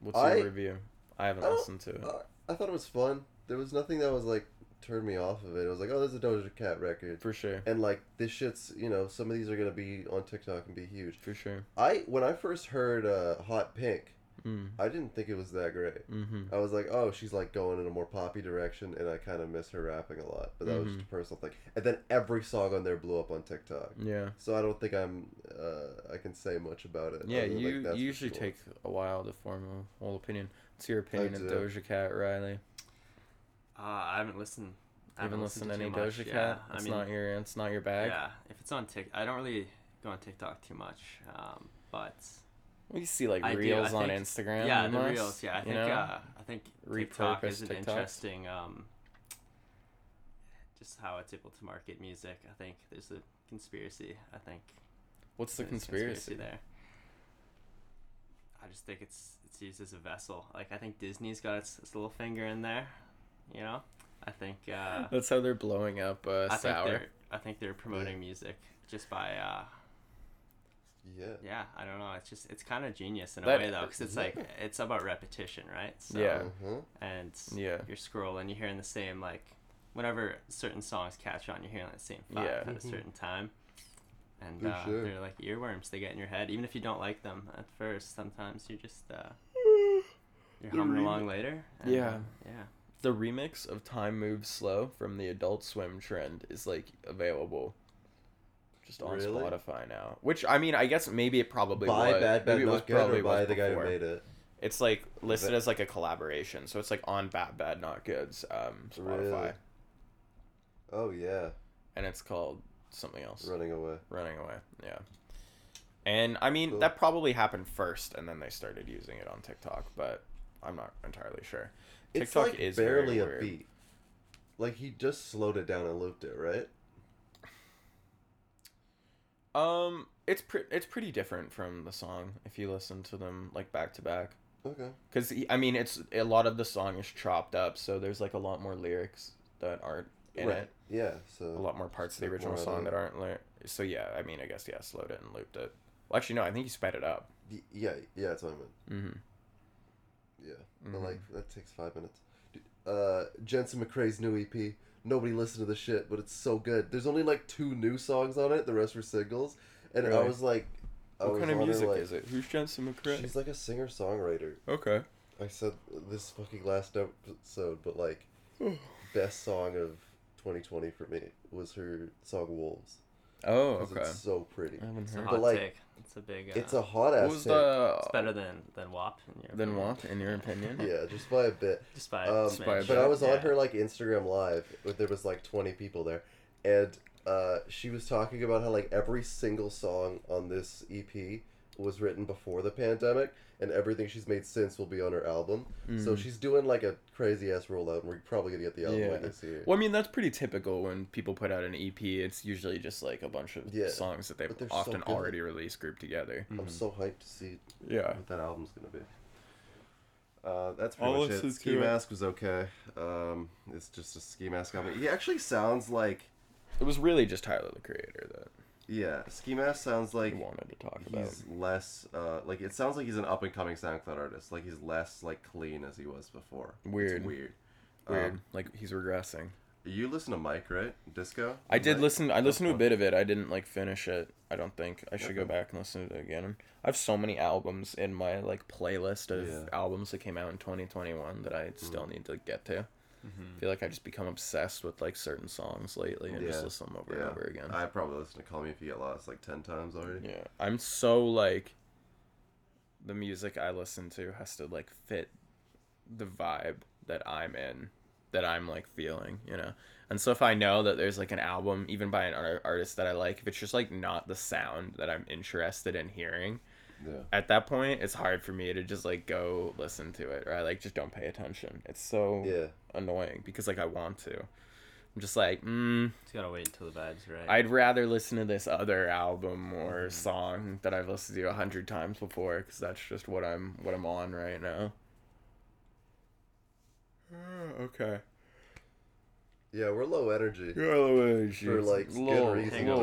[SPEAKER 3] What's
[SPEAKER 1] I-
[SPEAKER 3] your review? I Oh. haven't
[SPEAKER 1] I don't-
[SPEAKER 3] listened to it.
[SPEAKER 1] Uh, I thought it was fun. There was nothing that was like turned me off of it. It was like, oh, there's a Doja Cat record,
[SPEAKER 3] For sure.
[SPEAKER 1] and like this shit's you know some of these are gonna be on TikTok and be huge.
[SPEAKER 3] For sure.
[SPEAKER 1] I when I first heard uh, Hot Pink,
[SPEAKER 3] Mm.
[SPEAKER 1] I didn't think it was that great.
[SPEAKER 3] Mm-hmm.
[SPEAKER 1] I was like, oh, she's like going in a more poppy direction, and I kind of miss her rapping a lot. But that was
[SPEAKER 3] Mm-hmm.
[SPEAKER 1] just a personal thing. And then every song on there blew up on TikTok.
[SPEAKER 3] Yeah.
[SPEAKER 1] So I don't think I'm uh, I can say much about it.
[SPEAKER 3] Yeah,
[SPEAKER 1] other than, like,
[SPEAKER 3] you
[SPEAKER 1] that's
[SPEAKER 3] you usually
[SPEAKER 1] pretty
[SPEAKER 3] take a while to form a whole opinion. What's your opinion of
[SPEAKER 1] do.
[SPEAKER 3] Doja Cat, Riley?
[SPEAKER 2] Uh, I haven't listened. I
[SPEAKER 3] You haven't
[SPEAKER 2] haven't
[SPEAKER 3] listened to
[SPEAKER 2] too
[SPEAKER 3] any
[SPEAKER 2] much,
[SPEAKER 3] Doja
[SPEAKER 2] yeah.
[SPEAKER 3] Cat?
[SPEAKER 2] I
[SPEAKER 3] It's
[SPEAKER 2] mean,
[SPEAKER 3] not your it's not your bag.
[SPEAKER 2] yeah. If it's on Tik, I don't really go on TikTok too much. Um, but
[SPEAKER 3] We see like
[SPEAKER 2] I do,
[SPEAKER 3] reels
[SPEAKER 2] I
[SPEAKER 3] on
[SPEAKER 2] think-
[SPEAKER 3] Instagram.
[SPEAKER 2] yeah,
[SPEAKER 3] you
[SPEAKER 2] the
[SPEAKER 3] must,
[SPEAKER 2] reels. Yeah, I
[SPEAKER 3] you
[SPEAKER 2] think
[SPEAKER 3] know?
[SPEAKER 2] uh, I think TikTok is
[SPEAKER 3] Repurposed
[SPEAKER 2] an
[SPEAKER 3] TikToks.
[SPEAKER 2] interesting. Um, just how it's able to market music. I think there's a conspiracy. I think
[SPEAKER 3] What's the
[SPEAKER 2] there's a
[SPEAKER 3] conspiracy?
[SPEAKER 2] there. I just think it's it's used as a vessel. Like I think Disney's got its, its little finger in there. You know, I think. Uh,
[SPEAKER 3] That's how they're blowing up uh,
[SPEAKER 2] I think
[SPEAKER 3] sour.
[SPEAKER 2] they're I think they're promoting music just by uh
[SPEAKER 1] cool. Yeah.
[SPEAKER 2] yeah I don't know it's just it's kind of genius in a
[SPEAKER 3] That-
[SPEAKER 2] way though because it's like it's about repetition right so,
[SPEAKER 3] Yeah.
[SPEAKER 1] Mhm.
[SPEAKER 2] and
[SPEAKER 3] Yeah.
[SPEAKER 2] you're scrolling you're hearing the same like whenever certain songs catch on you're hearing that same vibe
[SPEAKER 3] Yeah.
[SPEAKER 2] at a certain time and
[SPEAKER 1] For
[SPEAKER 2] uh,
[SPEAKER 1] sure.
[SPEAKER 2] they're like earworms they get in your head even if you don't like them at first sometimes you're just uh
[SPEAKER 1] Mm.
[SPEAKER 2] you're humming along later and,
[SPEAKER 3] Yeah.
[SPEAKER 2] uh, yeah
[SPEAKER 3] The remix of Time Moves Slow from the Adult Swim trend is like available. Just on
[SPEAKER 1] Really?
[SPEAKER 3] Spotify now. Which I mean I guess maybe it probably
[SPEAKER 1] Buy
[SPEAKER 3] was
[SPEAKER 1] Bad Bad
[SPEAKER 3] maybe it was
[SPEAKER 1] Not Good
[SPEAKER 3] probably
[SPEAKER 1] or buy
[SPEAKER 3] was
[SPEAKER 1] the guy who
[SPEAKER 3] before.
[SPEAKER 1] made it.
[SPEAKER 3] It's like listed
[SPEAKER 1] that-
[SPEAKER 3] as like a collaboration, so it's like on Bad Bad Not Good's um, Spotify,
[SPEAKER 1] Really? Oh yeah,
[SPEAKER 3] and it's called something else.
[SPEAKER 1] running away.
[SPEAKER 3] Running away, yeah. And I mean
[SPEAKER 1] Cool.
[SPEAKER 3] that probably happened first, and then they started using it on TikTok, but I'm not entirely sure.
[SPEAKER 1] It's
[SPEAKER 3] TikTok
[SPEAKER 1] like
[SPEAKER 3] is very
[SPEAKER 1] barely a
[SPEAKER 3] weird.
[SPEAKER 1] beat. Like he just slowed it down and looped it, right?
[SPEAKER 3] Um, it's pre- it's pretty different from the song if you listen to them like back to back,
[SPEAKER 1] Okay.
[SPEAKER 3] because I mean it's a lot of the song is chopped up, so there's like a lot more lyrics that aren't in it.
[SPEAKER 1] Yeah. So
[SPEAKER 3] a lot more parts of the
[SPEAKER 1] Like
[SPEAKER 3] original
[SPEAKER 1] more of
[SPEAKER 3] song
[SPEAKER 1] the-
[SPEAKER 3] that aren't lear- so yeah i mean i guess yeah slowed it and looped it well actually no i think you sped it up
[SPEAKER 1] Y- Yeah, yeah, that's what I meant.
[SPEAKER 3] mm-hmm.
[SPEAKER 1] Yeah, but like that takes five minutes. Dude, uh, Jensen McCrae's new EP. Nobody listened to the shit, but it's so good. There's only like two new songs on it. The rest were singles, and I
[SPEAKER 3] Really?
[SPEAKER 1] was like, I
[SPEAKER 3] what
[SPEAKER 1] was
[SPEAKER 3] kind of
[SPEAKER 1] on her,
[SPEAKER 3] music
[SPEAKER 1] like-
[SPEAKER 3] is it who's jensen mccrae
[SPEAKER 1] She's like a singer songwriter.
[SPEAKER 3] okay
[SPEAKER 1] I said this fucking last episode, but like, best song of 2020 for me was her song "Wolves"
[SPEAKER 3] oh
[SPEAKER 1] 'cause
[SPEAKER 3] okay
[SPEAKER 1] it's so pretty.
[SPEAKER 3] i haven't
[SPEAKER 2] it's a
[SPEAKER 3] heard
[SPEAKER 1] But,
[SPEAKER 2] hot
[SPEAKER 1] like,
[SPEAKER 2] take it's a big uh,
[SPEAKER 1] It's a hot
[SPEAKER 3] what
[SPEAKER 1] ass.
[SPEAKER 3] was the
[SPEAKER 2] it's better than than WAP in your
[SPEAKER 3] then
[SPEAKER 2] opinion.
[SPEAKER 3] what in your opinion
[SPEAKER 1] Yeah, just by a bit.
[SPEAKER 2] just by,
[SPEAKER 1] Um,
[SPEAKER 2] just
[SPEAKER 3] by a
[SPEAKER 2] a
[SPEAKER 1] but I was on
[SPEAKER 2] yeah.
[SPEAKER 1] her like Instagram live. with- There was like twenty people there, and uh, she was talking about how like every single song on this EP was written before the pandemic, and everything she's made since will be on her album.
[SPEAKER 3] Mm-hmm.
[SPEAKER 1] So she's doing like a crazy ass rollout, and we're probably gonna get the album
[SPEAKER 3] Yeah.
[SPEAKER 1] like this year.
[SPEAKER 3] well i mean that's pretty typical when people put out an ep it's usually just like a bunch of
[SPEAKER 1] Yeah,
[SPEAKER 3] songs that they've
[SPEAKER 1] but they're so
[SPEAKER 3] often
[SPEAKER 1] good. Mm-hmm.
[SPEAKER 3] already released grouped together
[SPEAKER 1] I'm so hyped to see
[SPEAKER 3] yeah
[SPEAKER 1] what that album's gonna be. Uh, that's pretty
[SPEAKER 3] I'll
[SPEAKER 1] much
[SPEAKER 3] listen
[SPEAKER 1] it. Ski
[SPEAKER 3] to it.
[SPEAKER 1] Mask was okay. Um, it's just a Ski Mask album. He actually sounds like
[SPEAKER 3] it was really just tyler the creator that
[SPEAKER 1] yeah. Ski Mask sounds
[SPEAKER 3] we
[SPEAKER 1] like
[SPEAKER 3] wanted to talk about
[SPEAKER 1] he's less uh, like it sounds like he's an up and coming SoundCloud artist. Like he's less like clean as he was before. It's
[SPEAKER 3] Weird.
[SPEAKER 1] weird. Um,
[SPEAKER 3] weird Um, like he's regressing
[SPEAKER 1] You listen to Mike, right? Disco.
[SPEAKER 3] I did
[SPEAKER 1] Mike?
[SPEAKER 3] listen. I listened to a bit of it. I didn't like finish it. I don't think I should go
[SPEAKER 1] Okay.
[SPEAKER 3] back and listen to it again. I have so many albums in my like playlist of
[SPEAKER 1] Yeah. Mm-hmm.
[SPEAKER 3] albums that came out in 2021 that I still need to get to. I feel like I just become obsessed with like certain songs lately and just
[SPEAKER 1] Yeah.
[SPEAKER 3] listen to them over
[SPEAKER 1] Yeah.
[SPEAKER 3] and over again.
[SPEAKER 1] I probably listened to Call Me If You Get Lost like ten times already.
[SPEAKER 3] yeah, I'm so like the music I listen to has to like fit the vibe that I'm in that I'm like feeling, you know. And so if I know that there's like an album even by an ar- artist that I like, if it's just like not the sound that I'm interested in hearing,
[SPEAKER 1] Yeah.
[SPEAKER 3] at that point it's hard for me to just like go listen to it or I like just don't pay attention. It's so
[SPEAKER 1] Yeah.
[SPEAKER 3] annoying because like I want to. I'm just like, mm,
[SPEAKER 2] Just gotta wait until the vibes right.
[SPEAKER 3] I'd rather listen to this other album or song that I've listened to a hundred times before, because that's just what I'm what I'm on right now. Uh, okay.
[SPEAKER 1] Yeah, we're low energy.
[SPEAKER 3] You're all the way,
[SPEAKER 1] For, like,
[SPEAKER 3] jeez.
[SPEAKER 1] good
[SPEAKER 3] little,
[SPEAKER 1] reason.
[SPEAKER 3] little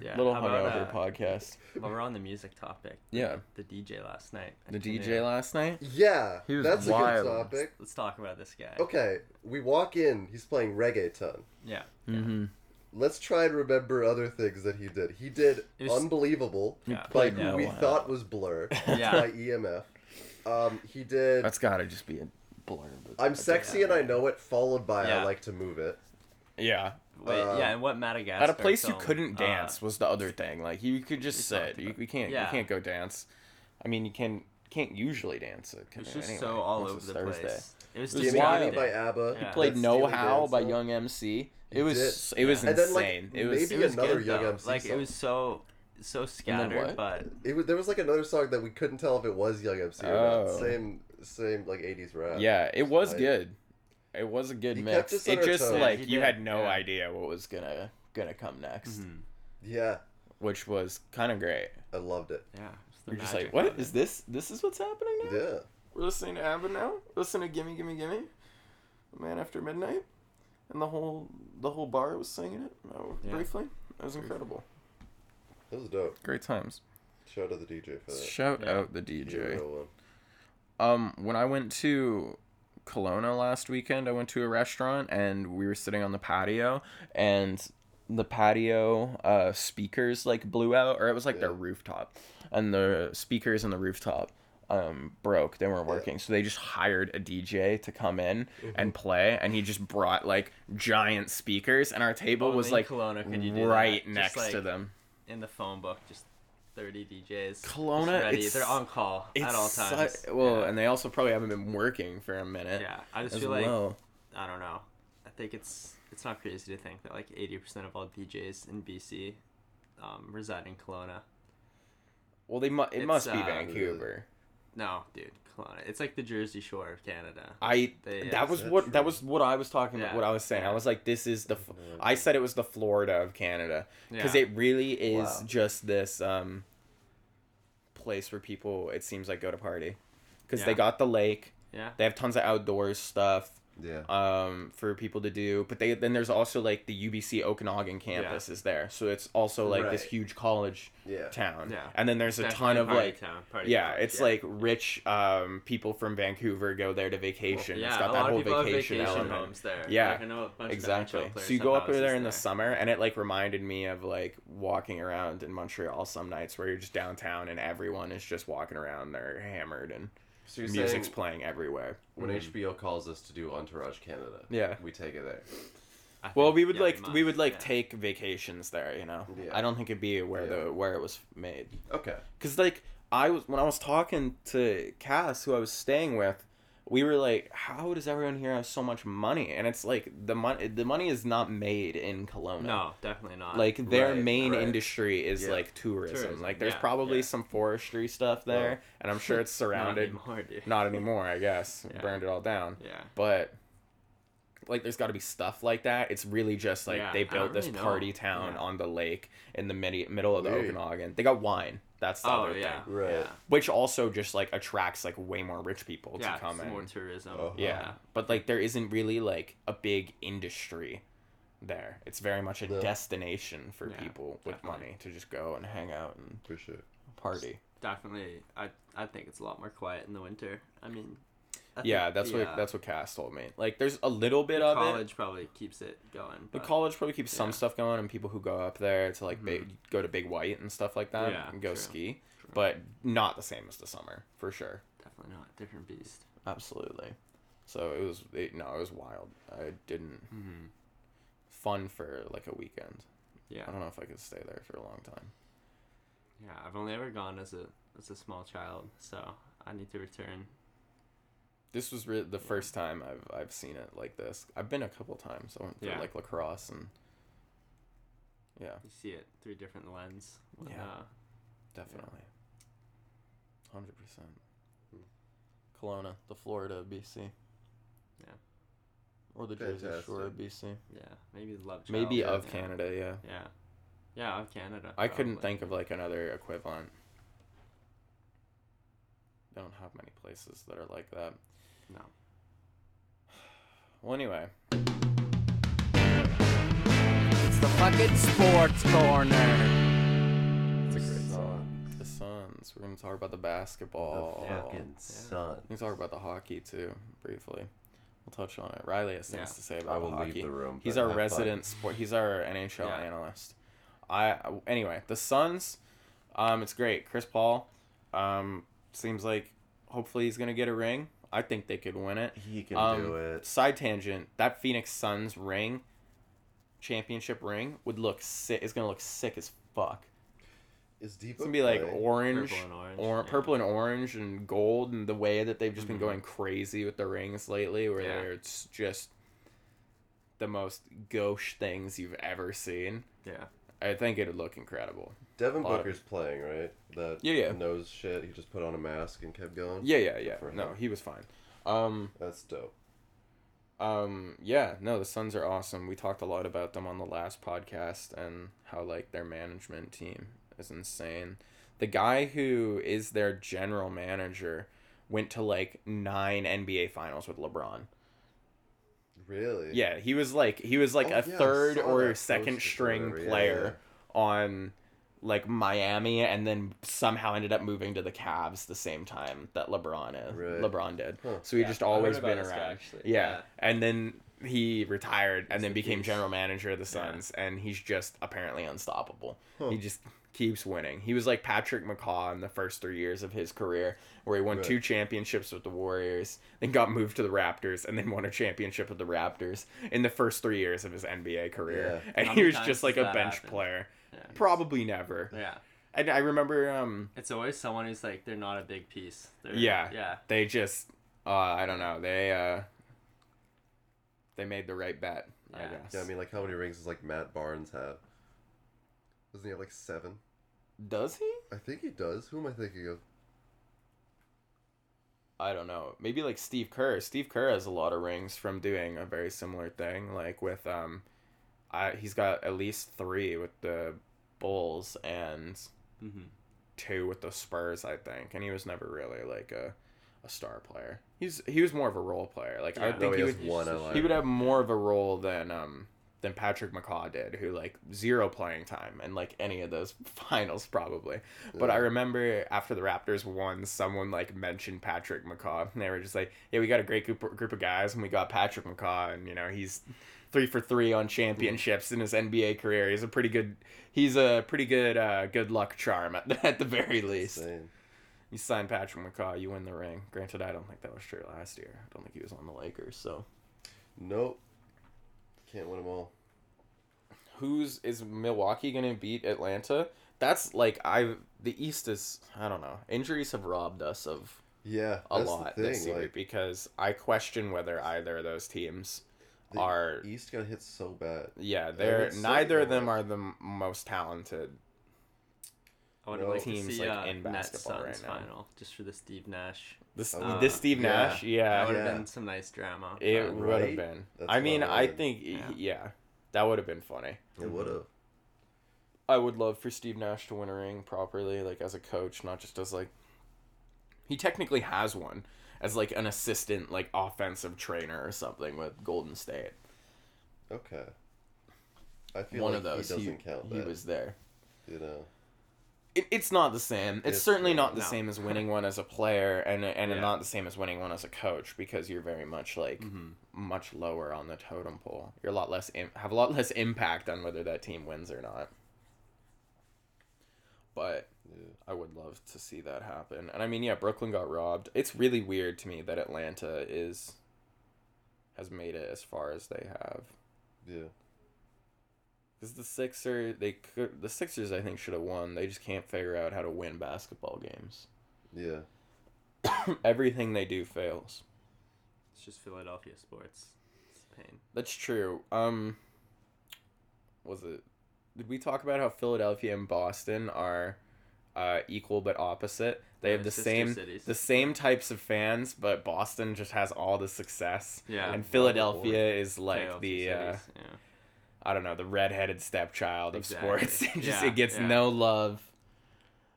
[SPEAKER 3] hungover,
[SPEAKER 2] podcast, yeah.
[SPEAKER 3] little
[SPEAKER 2] How
[SPEAKER 3] hungover
[SPEAKER 2] about,
[SPEAKER 3] podcast.
[SPEAKER 2] But we're on the music topic.
[SPEAKER 3] Yeah,
[SPEAKER 2] The DJ last night.
[SPEAKER 3] the
[SPEAKER 2] actually,
[SPEAKER 3] DJ
[SPEAKER 2] uh,
[SPEAKER 3] last night.
[SPEAKER 1] Yeah,
[SPEAKER 3] He was
[SPEAKER 1] that's a
[SPEAKER 3] wild.
[SPEAKER 1] good topic.
[SPEAKER 2] Let's talk about this guy.
[SPEAKER 1] Okay, we walk in. He's playing reggaeton.
[SPEAKER 2] Yeah.
[SPEAKER 3] Mm-hmm.
[SPEAKER 1] Let's try and remember other things that he did. He did
[SPEAKER 2] It was-
[SPEAKER 1] unbelievable
[SPEAKER 2] Yeah.
[SPEAKER 1] by
[SPEAKER 3] played
[SPEAKER 1] who
[SPEAKER 3] no
[SPEAKER 1] we
[SPEAKER 3] one.
[SPEAKER 1] thought was Blur
[SPEAKER 2] Yeah.
[SPEAKER 1] by EMF. Um, he did
[SPEAKER 3] That's gotta just be a blurb.
[SPEAKER 1] I'm sexy and I know it, followed by I
[SPEAKER 2] Yeah.
[SPEAKER 1] like to move it.
[SPEAKER 3] Yeah,
[SPEAKER 2] Wait,
[SPEAKER 1] Uh,
[SPEAKER 2] yeah, and what Madagascar?
[SPEAKER 3] at a place you
[SPEAKER 2] film,
[SPEAKER 3] couldn't
[SPEAKER 2] uh,
[SPEAKER 3] dance was the other thing. Like you could just
[SPEAKER 2] we
[SPEAKER 3] sit.
[SPEAKER 2] talked
[SPEAKER 3] You,
[SPEAKER 2] about-
[SPEAKER 3] you can't. You
[SPEAKER 2] Yeah.
[SPEAKER 3] can't go dance. I mean, you can can't usually dance. It
[SPEAKER 2] It was just so all over the place. It
[SPEAKER 3] It
[SPEAKER 2] was just
[SPEAKER 3] was
[SPEAKER 1] Jimmy Honey
[SPEAKER 3] wild.
[SPEAKER 1] by ABBA.
[SPEAKER 2] Yeah.
[SPEAKER 3] Played
[SPEAKER 1] That's
[SPEAKER 3] No
[SPEAKER 1] Steely
[SPEAKER 3] How
[SPEAKER 1] Dan
[SPEAKER 3] by
[SPEAKER 1] song.
[SPEAKER 3] Young MC. It was
[SPEAKER 1] did.
[SPEAKER 3] it was
[SPEAKER 1] And then, like,
[SPEAKER 3] insane. it was
[SPEAKER 1] maybe-
[SPEAKER 2] It was
[SPEAKER 1] another
[SPEAKER 2] good,
[SPEAKER 1] Young
[SPEAKER 2] though.
[SPEAKER 1] MC
[SPEAKER 2] Like
[SPEAKER 1] song.
[SPEAKER 2] it was so so
[SPEAKER 3] then
[SPEAKER 2] scattered,
[SPEAKER 3] what?
[SPEAKER 2] but
[SPEAKER 1] It was, there was like another song that we couldn't tell if it was Young MC or
[SPEAKER 3] Oh.
[SPEAKER 1] not. Same, same like '80s rap.
[SPEAKER 3] yeah, it was
[SPEAKER 1] Like-
[SPEAKER 3] good. It was a good
[SPEAKER 1] He kept
[SPEAKER 3] mix.
[SPEAKER 1] us on
[SPEAKER 3] It
[SPEAKER 1] our
[SPEAKER 3] just
[SPEAKER 1] toes.
[SPEAKER 3] like
[SPEAKER 2] He
[SPEAKER 3] you
[SPEAKER 2] did,
[SPEAKER 3] had no
[SPEAKER 2] yeah.
[SPEAKER 3] idea what was gonna gonna come next,
[SPEAKER 2] Mhm.
[SPEAKER 1] yeah,
[SPEAKER 3] which was kind of great.
[SPEAKER 1] I loved it.
[SPEAKER 2] yeah, it's the
[SPEAKER 3] You're just
[SPEAKER 2] magic
[SPEAKER 3] like, what
[SPEAKER 2] of
[SPEAKER 3] is
[SPEAKER 2] it.
[SPEAKER 3] this? This is what's happening now.
[SPEAKER 1] Yeah,
[SPEAKER 3] We're listening to ABBA now. Listen to Gimme Gimme Gimme, Man After Midnight, and the whole the whole bar was singing it uh,
[SPEAKER 2] Yeah.
[SPEAKER 3] briefly. It was incredible.
[SPEAKER 1] that was dope.
[SPEAKER 3] Great times.
[SPEAKER 1] Shout out to the DJ for that.
[SPEAKER 3] Shout
[SPEAKER 2] Uh, Yeah.
[SPEAKER 3] out the
[SPEAKER 1] He's a
[SPEAKER 3] DJ.
[SPEAKER 1] real one.
[SPEAKER 3] Um, when I went to Kelowna last weekend, I went to a restaurant and we were sitting on the patio and the patio uh speakers like blew out or it was like their
[SPEAKER 1] Yeah.
[SPEAKER 3] rooftop and the speakers in the rooftop um broke they weren't working so they just hired a dj to come in and play and he just brought like giant speakers and our table
[SPEAKER 2] Only
[SPEAKER 3] was
[SPEAKER 2] Oh, in
[SPEAKER 3] like
[SPEAKER 2] Kelowna could you do that.
[SPEAKER 3] right
[SPEAKER 2] Just,
[SPEAKER 3] next to
[SPEAKER 2] like,
[SPEAKER 3] them
[SPEAKER 2] in the phone book? Just thirty DJs. just
[SPEAKER 3] Kelowna,
[SPEAKER 2] ready.
[SPEAKER 3] it's-
[SPEAKER 2] they're on call at all
[SPEAKER 3] su-
[SPEAKER 2] times.
[SPEAKER 3] well
[SPEAKER 2] yeah.
[SPEAKER 3] and they also probably haven't been working for a minute
[SPEAKER 2] yeah, I just
[SPEAKER 3] as
[SPEAKER 2] feel like
[SPEAKER 3] well
[SPEAKER 2] I don't know. I think it's it's not crazy to think that like eighty percent of all DJs in BC um, reside in Kelowna.
[SPEAKER 3] well they mu- it
[SPEAKER 2] it's,
[SPEAKER 3] must be
[SPEAKER 2] uh,
[SPEAKER 3] vancouver
[SPEAKER 2] No, dude, Kelowna. It's like the Jersey Shore of Canada.
[SPEAKER 3] I
[SPEAKER 2] They-
[SPEAKER 3] that was
[SPEAKER 1] Is that
[SPEAKER 3] what that
[SPEAKER 1] true? Mm.
[SPEAKER 3] was what I was talking about.
[SPEAKER 2] Yeah,
[SPEAKER 3] What I was saying, I
[SPEAKER 2] yeah.
[SPEAKER 3] was like, "This is the," f-
[SPEAKER 1] no
[SPEAKER 3] I said it was the Florida of Canada because
[SPEAKER 2] Yeah.
[SPEAKER 3] it really is
[SPEAKER 1] Wow.
[SPEAKER 3] just this um place where people it seems like go to party because they
[SPEAKER 2] Yeah.
[SPEAKER 3] got the lake.
[SPEAKER 2] Yeah.
[SPEAKER 3] They have tons of outdoors stuff
[SPEAKER 1] Yeah,
[SPEAKER 3] um for people to do, but they then there's also like the UBC Okanagan campus is there, so it's also like this
[SPEAKER 1] Right.
[SPEAKER 3] huge college
[SPEAKER 1] yeah.
[SPEAKER 3] town.
[SPEAKER 2] Yeah.
[SPEAKER 3] And then there's a ton
[SPEAKER 2] Definitely
[SPEAKER 3] of
[SPEAKER 2] party
[SPEAKER 3] like
[SPEAKER 2] town, party
[SPEAKER 3] yeah,
[SPEAKER 2] town,
[SPEAKER 3] it's like rich um, people from Vancouver go there to vacation.
[SPEAKER 2] yeah,
[SPEAKER 3] it's got
[SPEAKER 2] a
[SPEAKER 3] that
[SPEAKER 2] lot
[SPEAKER 3] whole
[SPEAKER 2] of people have
[SPEAKER 3] vacation,
[SPEAKER 2] vacation
[SPEAKER 3] element.
[SPEAKER 2] homes there.
[SPEAKER 3] Yeah,
[SPEAKER 2] Like, I know a bunch of
[SPEAKER 3] Exactly.
[SPEAKER 2] NHL
[SPEAKER 3] So you
[SPEAKER 2] players
[SPEAKER 3] go
[SPEAKER 2] have
[SPEAKER 3] up there
[SPEAKER 2] houses
[SPEAKER 3] in the summer, and it like reminded me of like walking around in Montreal some nights where you're just downtown and everyone is just walking around, they're hammered and
[SPEAKER 1] So you're
[SPEAKER 3] music's
[SPEAKER 1] saying
[SPEAKER 3] playing everywhere.
[SPEAKER 1] when HBO calls us to do Entourage Canada,
[SPEAKER 3] Yeah.
[SPEAKER 1] we take it there.
[SPEAKER 2] I think,
[SPEAKER 3] Well, we would
[SPEAKER 2] yeah,
[SPEAKER 3] like we
[SPEAKER 2] must,
[SPEAKER 3] would like
[SPEAKER 2] yeah.
[SPEAKER 3] take vacations there, you know.
[SPEAKER 1] Yeah.
[SPEAKER 3] I don't think it'd be where
[SPEAKER 1] Yeah.
[SPEAKER 3] the where it was made.
[SPEAKER 1] Okay,
[SPEAKER 3] Cause like I was when I was talking to Cass, who I was staying with, we were like, "How does everyone here have so much money?" And it's like the money the money is not made in Kelowna.
[SPEAKER 2] No, definitely not.
[SPEAKER 3] Like their
[SPEAKER 1] Right,
[SPEAKER 3] main
[SPEAKER 1] right.
[SPEAKER 3] industry is
[SPEAKER 1] Yeah.
[SPEAKER 3] like tourism.
[SPEAKER 2] Tourism,
[SPEAKER 3] Like there's
[SPEAKER 2] yeah,
[SPEAKER 3] probably
[SPEAKER 2] yeah.
[SPEAKER 3] some forestry stuff there,
[SPEAKER 1] Well,
[SPEAKER 3] and I'm sure it's
[SPEAKER 2] not
[SPEAKER 3] surrounded. not,
[SPEAKER 2] anymore, dude.
[SPEAKER 3] anymore, I guess.
[SPEAKER 2] Yeah.
[SPEAKER 3] Burned it all down.
[SPEAKER 2] Yeah.
[SPEAKER 3] But like there's got to be stuff like that. It's really just like
[SPEAKER 2] Yeah,
[SPEAKER 3] they
[SPEAKER 2] I don't
[SPEAKER 3] built this
[SPEAKER 2] really know.
[SPEAKER 3] party town
[SPEAKER 2] Yeah.
[SPEAKER 3] on the lake in the midi- middle of the
[SPEAKER 1] Weird.
[SPEAKER 3] Okanagan. They got wine. That's the
[SPEAKER 2] Oh
[SPEAKER 3] other
[SPEAKER 2] yeah.
[SPEAKER 3] thing
[SPEAKER 1] Right.
[SPEAKER 2] Yeah.
[SPEAKER 3] which also just like attracts like way more rich people
[SPEAKER 2] Yeah.
[SPEAKER 3] to come
[SPEAKER 2] it's
[SPEAKER 3] in.
[SPEAKER 2] more tourism.
[SPEAKER 1] Uh-huh.
[SPEAKER 3] yeah. but like there isn't really like a big industry there. It's very much a
[SPEAKER 1] No.
[SPEAKER 3] destination for
[SPEAKER 2] Yeah,
[SPEAKER 3] people with
[SPEAKER 2] definitely.
[SPEAKER 3] money to just go and hang out and
[SPEAKER 1] for sure.
[SPEAKER 3] party.
[SPEAKER 2] Definitely. I I think it's a lot more quiet in the winter. I mean. I
[SPEAKER 3] yeah,
[SPEAKER 2] think
[SPEAKER 3] that's
[SPEAKER 2] the,
[SPEAKER 3] what
[SPEAKER 2] uh,
[SPEAKER 3] that's what Cass told me. Like there's a little bit of it.
[SPEAKER 2] college probably keeps it going.
[SPEAKER 3] The
[SPEAKER 2] but-
[SPEAKER 3] college probably keeps some
[SPEAKER 2] yeah. Mm-hmm.
[SPEAKER 3] stuff going, and people who go up there to like big, go to Big White and stuff like that,
[SPEAKER 2] Yeah,
[SPEAKER 3] and go
[SPEAKER 2] true,
[SPEAKER 3] ski, but not the same as the summer for sure.
[SPEAKER 2] Definitely not. Different beast.
[SPEAKER 3] Absolutely. So it was it, no, it was wild. I didn't
[SPEAKER 2] Mm-hmm.
[SPEAKER 3] fun for like a weekend.
[SPEAKER 2] Yeah.
[SPEAKER 3] I don't know if I could stay there for a long time.
[SPEAKER 2] Yeah. I've only ever gone as a as a small child, so I need to return.
[SPEAKER 3] This was re- the first time I've I've seen it like this. I've been a couple times. I went for
[SPEAKER 2] Yeah.
[SPEAKER 3] like lacrosse and yeah,
[SPEAKER 2] You see it through different lens. when,
[SPEAKER 3] Yeah.
[SPEAKER 2] uh,
[SPEAKER 3] definitely, hundred percent. Kelowna, the Florida of BC.
[SPEAKER 2] Yeah.
[SPEAKER 3] or the Jersey Shore of BC.
[SPEAKER 2] Yeah, maybe love. Child.
[SPEAKER 3] Maybe
[SPEAKER 2] yeah.
[SPEAKER 3] of Canada, yeah.
[SPEAKER 2] Yeah, yeah, of Canada.
[SPEAKER 3] I couldn't
[SPEAKER 2] probably.
[SPEAKER 3] think of like another equivalent. Don't have many places that are like that.
[SPEAKER 2] No.
[SPEAKER 3] Well, anyway,
[SPEAKER 4] It's the fucking sports corner.
[SPEAKER 1] It's a great song.
[SPEAKER 3] the Suns. We're gonna talk about the basketball.
[SPEAKER 1] The fucking sun.
[SPEAKER 3] We can talk about the hockey too briefly. We'll touch on it. Riley has things
[SPEAKER 2] Yeah.
[SPEAKER 3] to say about
[SPEAKER 1] I will
[SPEAKER 3] the hockey.
[SPEAKER 1] leave the room.
[SPEAKER 3] He's
[SPEAKER 1] but
[SPEAKER 3] our
[SPEAKER 1] have fun.
[SPEAKER 3] resident sport. He's our NHL
[SPEAKER 2] Yeah.
[SPEAKER 3] analyst. I anyway, the Suns. Um, it's great. Chris Paul. Um, seems like hopefully he's gonna get a ring. I think they could win it.
[SPEAKER 1] He can
[SPEAKER 3] Um,
[SPEAKER 1] do it.
[SPEAKER 3] Side tangent. That Phoenix Suns ring, championship ring, would look sick. It's gonna look sick as fuck.
[SPEAKER 1] Is deep.
[SPEAKER 3] It's gonna be like orange,
[SPEAKER 2] Purple and orange,
[SPEAKER 3] or
[SPEAKER 2] yeah.
[SPEAKER 3] purple and orange and gold, and the way that they've just
[SPEAKER 2] Mhm.
[SPEAKER 3] been going crazy with the rings lately, where
[SPEAKER 2] Yeah.
[SPEAKER 3] they're it's just the most gauche things you've ever seen.
[SPEAKER 2] Yeah,
[SPEAKER 3] I think it'd look incredible.
[SPEAKER 1] Devin
[SPEAKER 3] Bottom.
[SPEAKER 1] Booker's playing, right? That
[SPEAKER 3] Yeah, yeah.
[SPEAKER 1] knows shit. He just put on a mask and kept going.
[SPEAKER 3] Yeah, yeah, yeah.
[SPEAKER 1] For him.
[SPEAKER 3] No, he was fine. Um,
[SPEAKER 1] That's dope.
[SPEAKER 3] um, yeah. No, the Suns are awesome. We talked a lot about them on the last podcast and how like their management team is insane. The guy who is their general manager went to like nine NBA finals with LeBron.
[SPEAKER 1] Really?
[SPEAKER 3] Yeah, he was like he was like
[SPEAKER 1] Oh,
[SPEAKER 3] a
[SPEAKER 1] yeah, I
[SPEAKER 3] third
[SPEAKER 1] saw
[SPEAKER 3] or
[SPEAKER 1] that
[SPEAKER 3] second
[SPEAKER 1] posted
[SPEAKER 3] string
[SPEAKER 1] whatever, yeah,
[SPEAKER 3] player on like Miami and then somehow ended up moving to the Cavs the same time that LeBron is,
[SPEAKER 1] Right.
[SPEAKER 3] LeBron did.
[SPEAKER 1] Huh.
[SPEAKER 3] So he
[SPEAKER 2] Yeah,
[SPEAKER 3] just
[SPEAKER 2] I heard
[SPEAKER 3] always
[SPEAKER 2] about
[SPEAKER 3] been
[SPEAKER 2] this guy,
[SPEAKER 3] around.
[SPEAKER 2] actually.
[SPEAKER 3] Yeah.
[SPEAKER 2] Yeah.
[SPEAKER 3] And then he retired and
[SPEAKER 2] He's
[SPEAKER 3] then
[SPEAKER 2] a
[SPEAKER 3] became
[SPEAKER 2] beast.
[SPEAKER 3] general manager of the
[SPEAKER 2] Yeah.
[SPEAKER 3] Suns and he's just apparently unstoppable.
[SPEAKER 1] Huh.
[SPEAKER 3] He just keeps winning. He was like Patrick McCaw in the first 3 years of his career where he won
[SPEAKER 1] Right.
[SPEAKER 3] two championships with the Warriors, then got moved to the Raptors, and then won a championship with the Raptors in the first three years of his NBA career.
[SPEAKER 1] Yeah.
[SPEAKER 3] And
[SPEAKER 2] How
[SPEAKER 3] he
[SPEAKER 2] many
[SPEAKER 3] was
[SPEAKER 2] times
[SPEAKER 3] just like
[SPEAKER 2] does
[SPEAKER 3] a
[SPEAKER 2] that
[SPEAKER 3] bench
[SPEAKER 2] happen?
[SPEAKER 3] player.
[SPEAKER 2] yeah,
[SPEAKER 3] Probably never.
[SPEAKER 2] yeah.
[SPEAKER 3] And I remember um
[SPEAKER 2] It's always someone who's like they're not a big piece. They're,
[SPEAKER 3] Yeah.
[SPEAKER 2] yeah,
[SPEAKER 3] they just uh I don't know, they uh they made the right bet, I
[SPEAKER 2] Yeah.
[SPEAKER 3] guess.
[SPEAKER 1] Yeah, I mean, like, how many rings does like Matt Barnes have? Doesn't he have like seven?
[SPEAKER 3] Does he?
[SPEAKER 1] I think he does. Who am I thinking of?
[SPEAKER 3] I don't know. Maybe like Steve Kerr. Steve Kerr has a lot of rings from doing a very similar thing. Like with um, I he's got at least three with the Bulls and
[SPEAKER 2] hmm
[SPEAKER 3] two with the Spurs, I think. And he was never really like a, a star player. He's he was more of a role player. Like I
[SPEAKER 2] Yeah.
[SPEAKER 3] would think
[SPEAKER 1] No,
[SPEAKER 3] he
[SPEAKER 1] he
[SPEAKER 3] would
[SPEAKER 1] has one. I like.
[SPEAKER 3] he would have more of a role than um than Patrick McCaw did, who like zero playing time and like any of those finals probably. But I
[SPEAKER 1] Yeah.
[SPEAKER 3] remember after the Raptors won, someone like mentioned Patrick McCaw, and they were just like, "Yeah, we got a great group group of guys, and we got Patrick McCaw, and you know he's three for three on championships in his NBA career. He's a pretty good, he's a pretty good uh, good luck charm at the, at the very least."
[SPEAKER 1] Insane.
[SPEAKER 3] You sign Patrick McCaw, you win the ring. Granted, I don't think that was true last year. I don't think he was on the Lakers, so.
[SPEAKER 1] Nope. Can't win them all.
[SPEAKER 3] who's is Milwaukee gonna beat Atlanta? That's like I the East is I don't know. Injuries have robbed us of
[SPEAKER 1] Yeah,
[SPEAKER 3] a
[SPEAKER 1] that's
[SPEAKER 3] lot
[SPEAKER 1] the
[SPEAKER 3] this
[SPEAKER 1] thing.
[SPEAKER 3] year
[SPEAKER 1] Like,
[SPEAKER 3] because I question whether either of those teams
[SPEAKER 1] the
[SPEAKER 3] are
[SPEAKER 1] East got hit so bad.
[SPEAKER 3] yeah they're
[SPEAKER 1] it's so
[SPEAKER 3] neither of them
[SPEAKER 1] bad.
[SPEAKER 3] are the m- most talented.
[SPEAKER 2] I would
[SPEAKER 1] No.
[SPEAKER 2] like to
[SPEAKER 3] Teams,
[SPEAKER 2] see
[SPEAKER 3] like,
[SPEAKER 2] uh,
[SPEAKER 3] in basketball
[SPEAKER 2] Nets
[SPEAKER 3] right
[SPEAKER 2] Suns
[SPEAKER 3] now.
[SPEAKER 2] final just for the Steve Nash.
[SPEAKER 3] This
[SPEAKER 1] Uh,
[SPEAKER 3] this Steve
[SPEAKER 1] yeah.
[SPEAKER 3] Nash
[SPEAKER 2] That
[SPEAKER 3] yeah,
[SPEAKER 2] would have
[SPEAKER 1] Yeah.
[SPEAKER 2] been some nice drama.
[SPEAKER 3] it
[SPEAKER 2] but-
[SPEAKER 3] would have
[SPEAKER 1] Right?
[SPEAKER 3] been.
[SPEAKER 1] That's
[SPEAKER 3] I
[SPEAKER 1] what
[SPEAKER 3] mean
[SPEAKER 1] I
[SPEAKER 3] I
[SPEAKER 1] wanted.
[SPEAKER 3] think yeah,
[SPEAKER 2] Yeah.
[SPEAKER 3] that would have been funny.
[SPEAKER 1] It would have.
[SPEAKER 3] I would love for Steve Nash to win a ring properly, like as a coach, not just as like he technically has one as like an assistant, like offensive trainer or something with Golden State.
[SPEAKER 1] Okay. I feel
[SPEAKER 3] one
[SPEAKER 1] like
[SPEAKER 3] of those.
[SPEAKER 1] he
[SPEAKER 3] He,
[SPEAKER 1] doesn't count
[SPEAKER 3] he
[SPEAKER 1] that.
[SPEAKER 3] was there.
[SPEAKER 1] You know.
[SPEAKER 3] It, it's not the same. It's,
[SPEAKER 1] It's
[SPEAKER 3] certainly
[SPEAKER 1] not.
[SPEAKER 3] not the
[SPEAKER 2] No.
[SPEAKER 3] same as winning one as a player, and and
[SPEAKER 2] Yeah.
[SPEAKER 3] not the same as winning one as a coach because you're very much like
[SPEAKER 1] Mm-hmm.
[SPEAKER 2] Mhm.
[SPEAKER 3] much lower on the totem pole. You're a lot less Im- have a lot less impact on whether that team wins or not. But
[SPEAKER 1] Yeah.
[SPEAKER 3] I would love to see that happen. And I mean, yeah, Brooklyn got robbed. It's really weird to me that Atlanta is has made it as far as they have.
[SPEAKER 1] Yeah.
[SPEAKER 3] Cuz the Sixer, they could the Sixers I think should have won. They just can't figure out how to win basketball games.
[SPEAKER 1] Yeah.
[SPEAKER 3] Everything they do fails.
[SPEAKER 2] It's just Philadelphia sports. It's a pain.
[SPEAKER 3] That's true. Um was it did we talk about how Philadelphia and Boston are uh, equal but opposite? They have
[SPEAKER 2] They're
[SPEAKER 3] the
[SPEAKER 2] sister
[SPEAKER 3] same
[SPEAKER 2] cities.
[SPEAKER 3] the same types of fans, but Boston just has all the success.
[SPEAKER 2] Yeah.
[SPEAKER 3] And Philadelphia is like
[SPEAKER 2] Playoffs
[SPEAKER 3] the
[SPEAKER 2] and
[SPEAKER 3] uh,
[SPEAKER 2] cities, yeah.
[SPEAKER 3] I don't know, the redheaded stepchild of
[SPEAKER 2] Exactly.
[SPEAKER 3] sports. It just
[SPEAKER 2] Yeah,
[SPEAKER 3] it gets
[SPEAKER 2] yeah.
[SPEAKER 3] no love.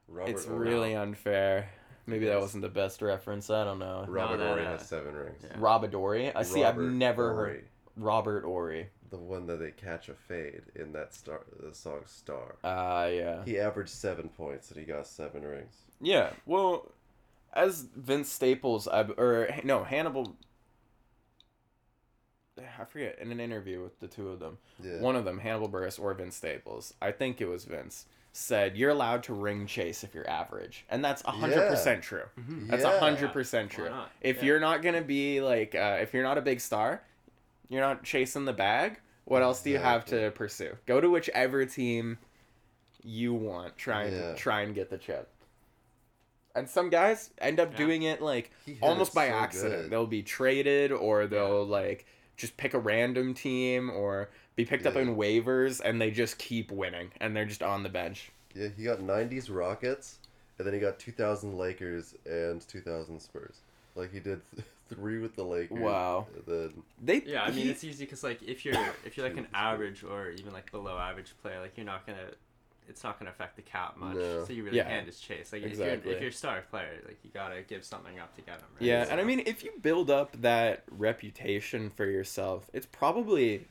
[SPEAKER 1] Robert
[SPEAKER 3] it's
[SPEAKER 1] Ory-
[SPEAKER 3] really unfair. Maybe that
[SPEAKER 1] Yes.
[SPEAKER 3] wasn't the best reference. I don't know.
[SPEAKER 1] Robert
[SPEAKER 2] No, that,
[SPEAKER 1] Ory
[SPEAKER 2] uh,
[SPEAKER 1] has seven rings.
[SPEAKER 2] yeah.
[SPEAKER 3] Robadori. I see. I've
[SPEAKER 1] Robert
[SPEAKER 3] never heard
[SPEAKER 1] Ory,
[SPEAKER 3] Robert Ory.
[SPEAKER 1] the one that they catch a fade in that star the song Star.
[SPEAKER 3] Uh yeah.
[SPEAKER 1] He averaged seven points and he got seven rings.
[SPEAKER 3] Yeah. Well, as Vince Staples, I, or no Hannibal. I forget in an interview with the two of them.
[SPEAKER 1] Yeah.
[SPEAKER 3] One of them, Hannibal Burris or Vince Staples, I think it was Vince, said you're allowed to ring chase if you're average, and that's hundred percent true. That's
[SPEAKER 1] Yeah.
[SPEAKER 3] hundred percent true.
[SPEAKER 2] Mm-hmm. Why not?
[SPEAKER 3] If
[SPEAKER 2] Yeah.
[SPEAKER 3] you're not gonna be like, uh, if you're not a big star, you're not chasing the bag. What else do you have to pursue? Go to whichever team you want. Try and
[SPEAKER 1] Yeah.
[SPEAKER 3] try and get the chip. And some guys end up
[SPEAKER 2] Yeah.
[SPEAKER 3] doing it like
[SPEAKER 1] He hit
[SPEAKER 3] almost
[SPEAKER 1] it
[SPEAKER 3] by
[SPEAKER 1] so
[SPEAKER 3] accident.
[SPEAKER 1] good.
[SPEAKER 3] They'll be traded or they'll like just pick a random team or be picked up
[SPEAKER 1] Yeah.
[SPEAKER 3] in waivers and they just keep winning and they're just on the bench.
[SPEAKER 1] Yeah, he got 90s Rockets, and then he got 2000 Lakers and 2000 Spurs. Like, he did th- three with the Lakers.
[SPEAKER 3] Wow.
[SPEAKER 1] and Then,
[SPEAKER 3] They
[SPEAKER 2] Yeah, I mean
[SPEAKER 3] he-
[SPEAKER 2] it's easy because like if you're if you're like an average or even like below average player, like you're not gonna, it's not gonna affect the cap much.
[SPEAKER 1] No.
[SPEAKER 2] So you really
[SPEAKER 3] Yeah.
[SPEAKER 2] can't just chase. Like if
[SPEAKER 3] Exactly.
[SPEAKER 2] you're if you're a star player, like you gotta give something up to get them. Right?
[SPEAKER 3] Yeah,
[SPEAKER 2] So-
[SPEAKER 3] and I mean, if you build up that reputation for yourself, it's probably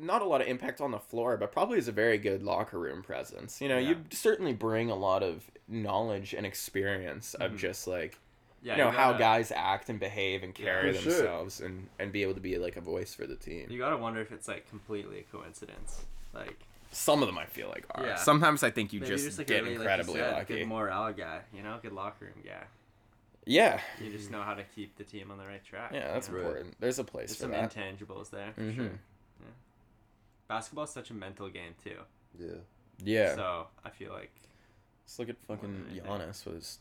[SPEAKER 3] not a lot of impact on the floor, but probably is a very good locker room presence. You know,
[SPEAKER 2] Yeah.
[SPEAKER 3] you certainly bring a lot of knowledge and experience
[SPEAKER 2] Mm-hmm.
[SPEAKER 3] of just like
[SPEAKER 2] yeah,
[SPEAKER 3] you know how
[SPEAKER 2] gotta-
[SPEAKER 3] guys act and behave and carry
[SPEAKER 1] For sure.
[SPEAKER 3] themselves, and and be able to be like a voice for the team.
[SPEAKER 2] You gotta wonder if it's like completely a coincidence. Like
[SPEAKER 3] Some of them I feel like are.
[SPEAKER 2] Yeah.
[SPEAKER 3] Sometimes I think you
[SPEAKER 2] maybe
[SPEAKER 3] just,
[SPEAKER 2] you're just like a
[SPEAKER 3] get
[SPEAKER 2] really,
[SPEAKER 3] incredibly
[SPEAKER 2] like you said,
[SPEAKER 3] lucky.
[SPEAKER 2] good morale guy, you know, good locker room guy.
[SPEAKER 3] yeah,
[SPEAKER 2] You just know how to keep the team on the right track.
[SPEAKER 3] Mm-hmm. yeah, that's
[SPEAKER 2] you know?
[SPEAKER 1] Right.
[SPEAKER 3] important. There's a place
[SPEAKER 2] There's
[SPEAKER 3] for
[SPEAKER 2] some
[SPEAKER 3] that.
[SPEAKER 2] intangibles there. For
[SPEAKER 3] Mhm.
[SPEAKER 2] Sure. Yeah. Basketball's such a mental game too.
[SPEAKER 1] yeah.
[SPEAKER 3] yeah.
[SPEAKER 2] So I feel like
[SPEAKER 3] Let's look at fucking
[SPEAKER 2] than anything.
[SPEAKER 3] Giannis with his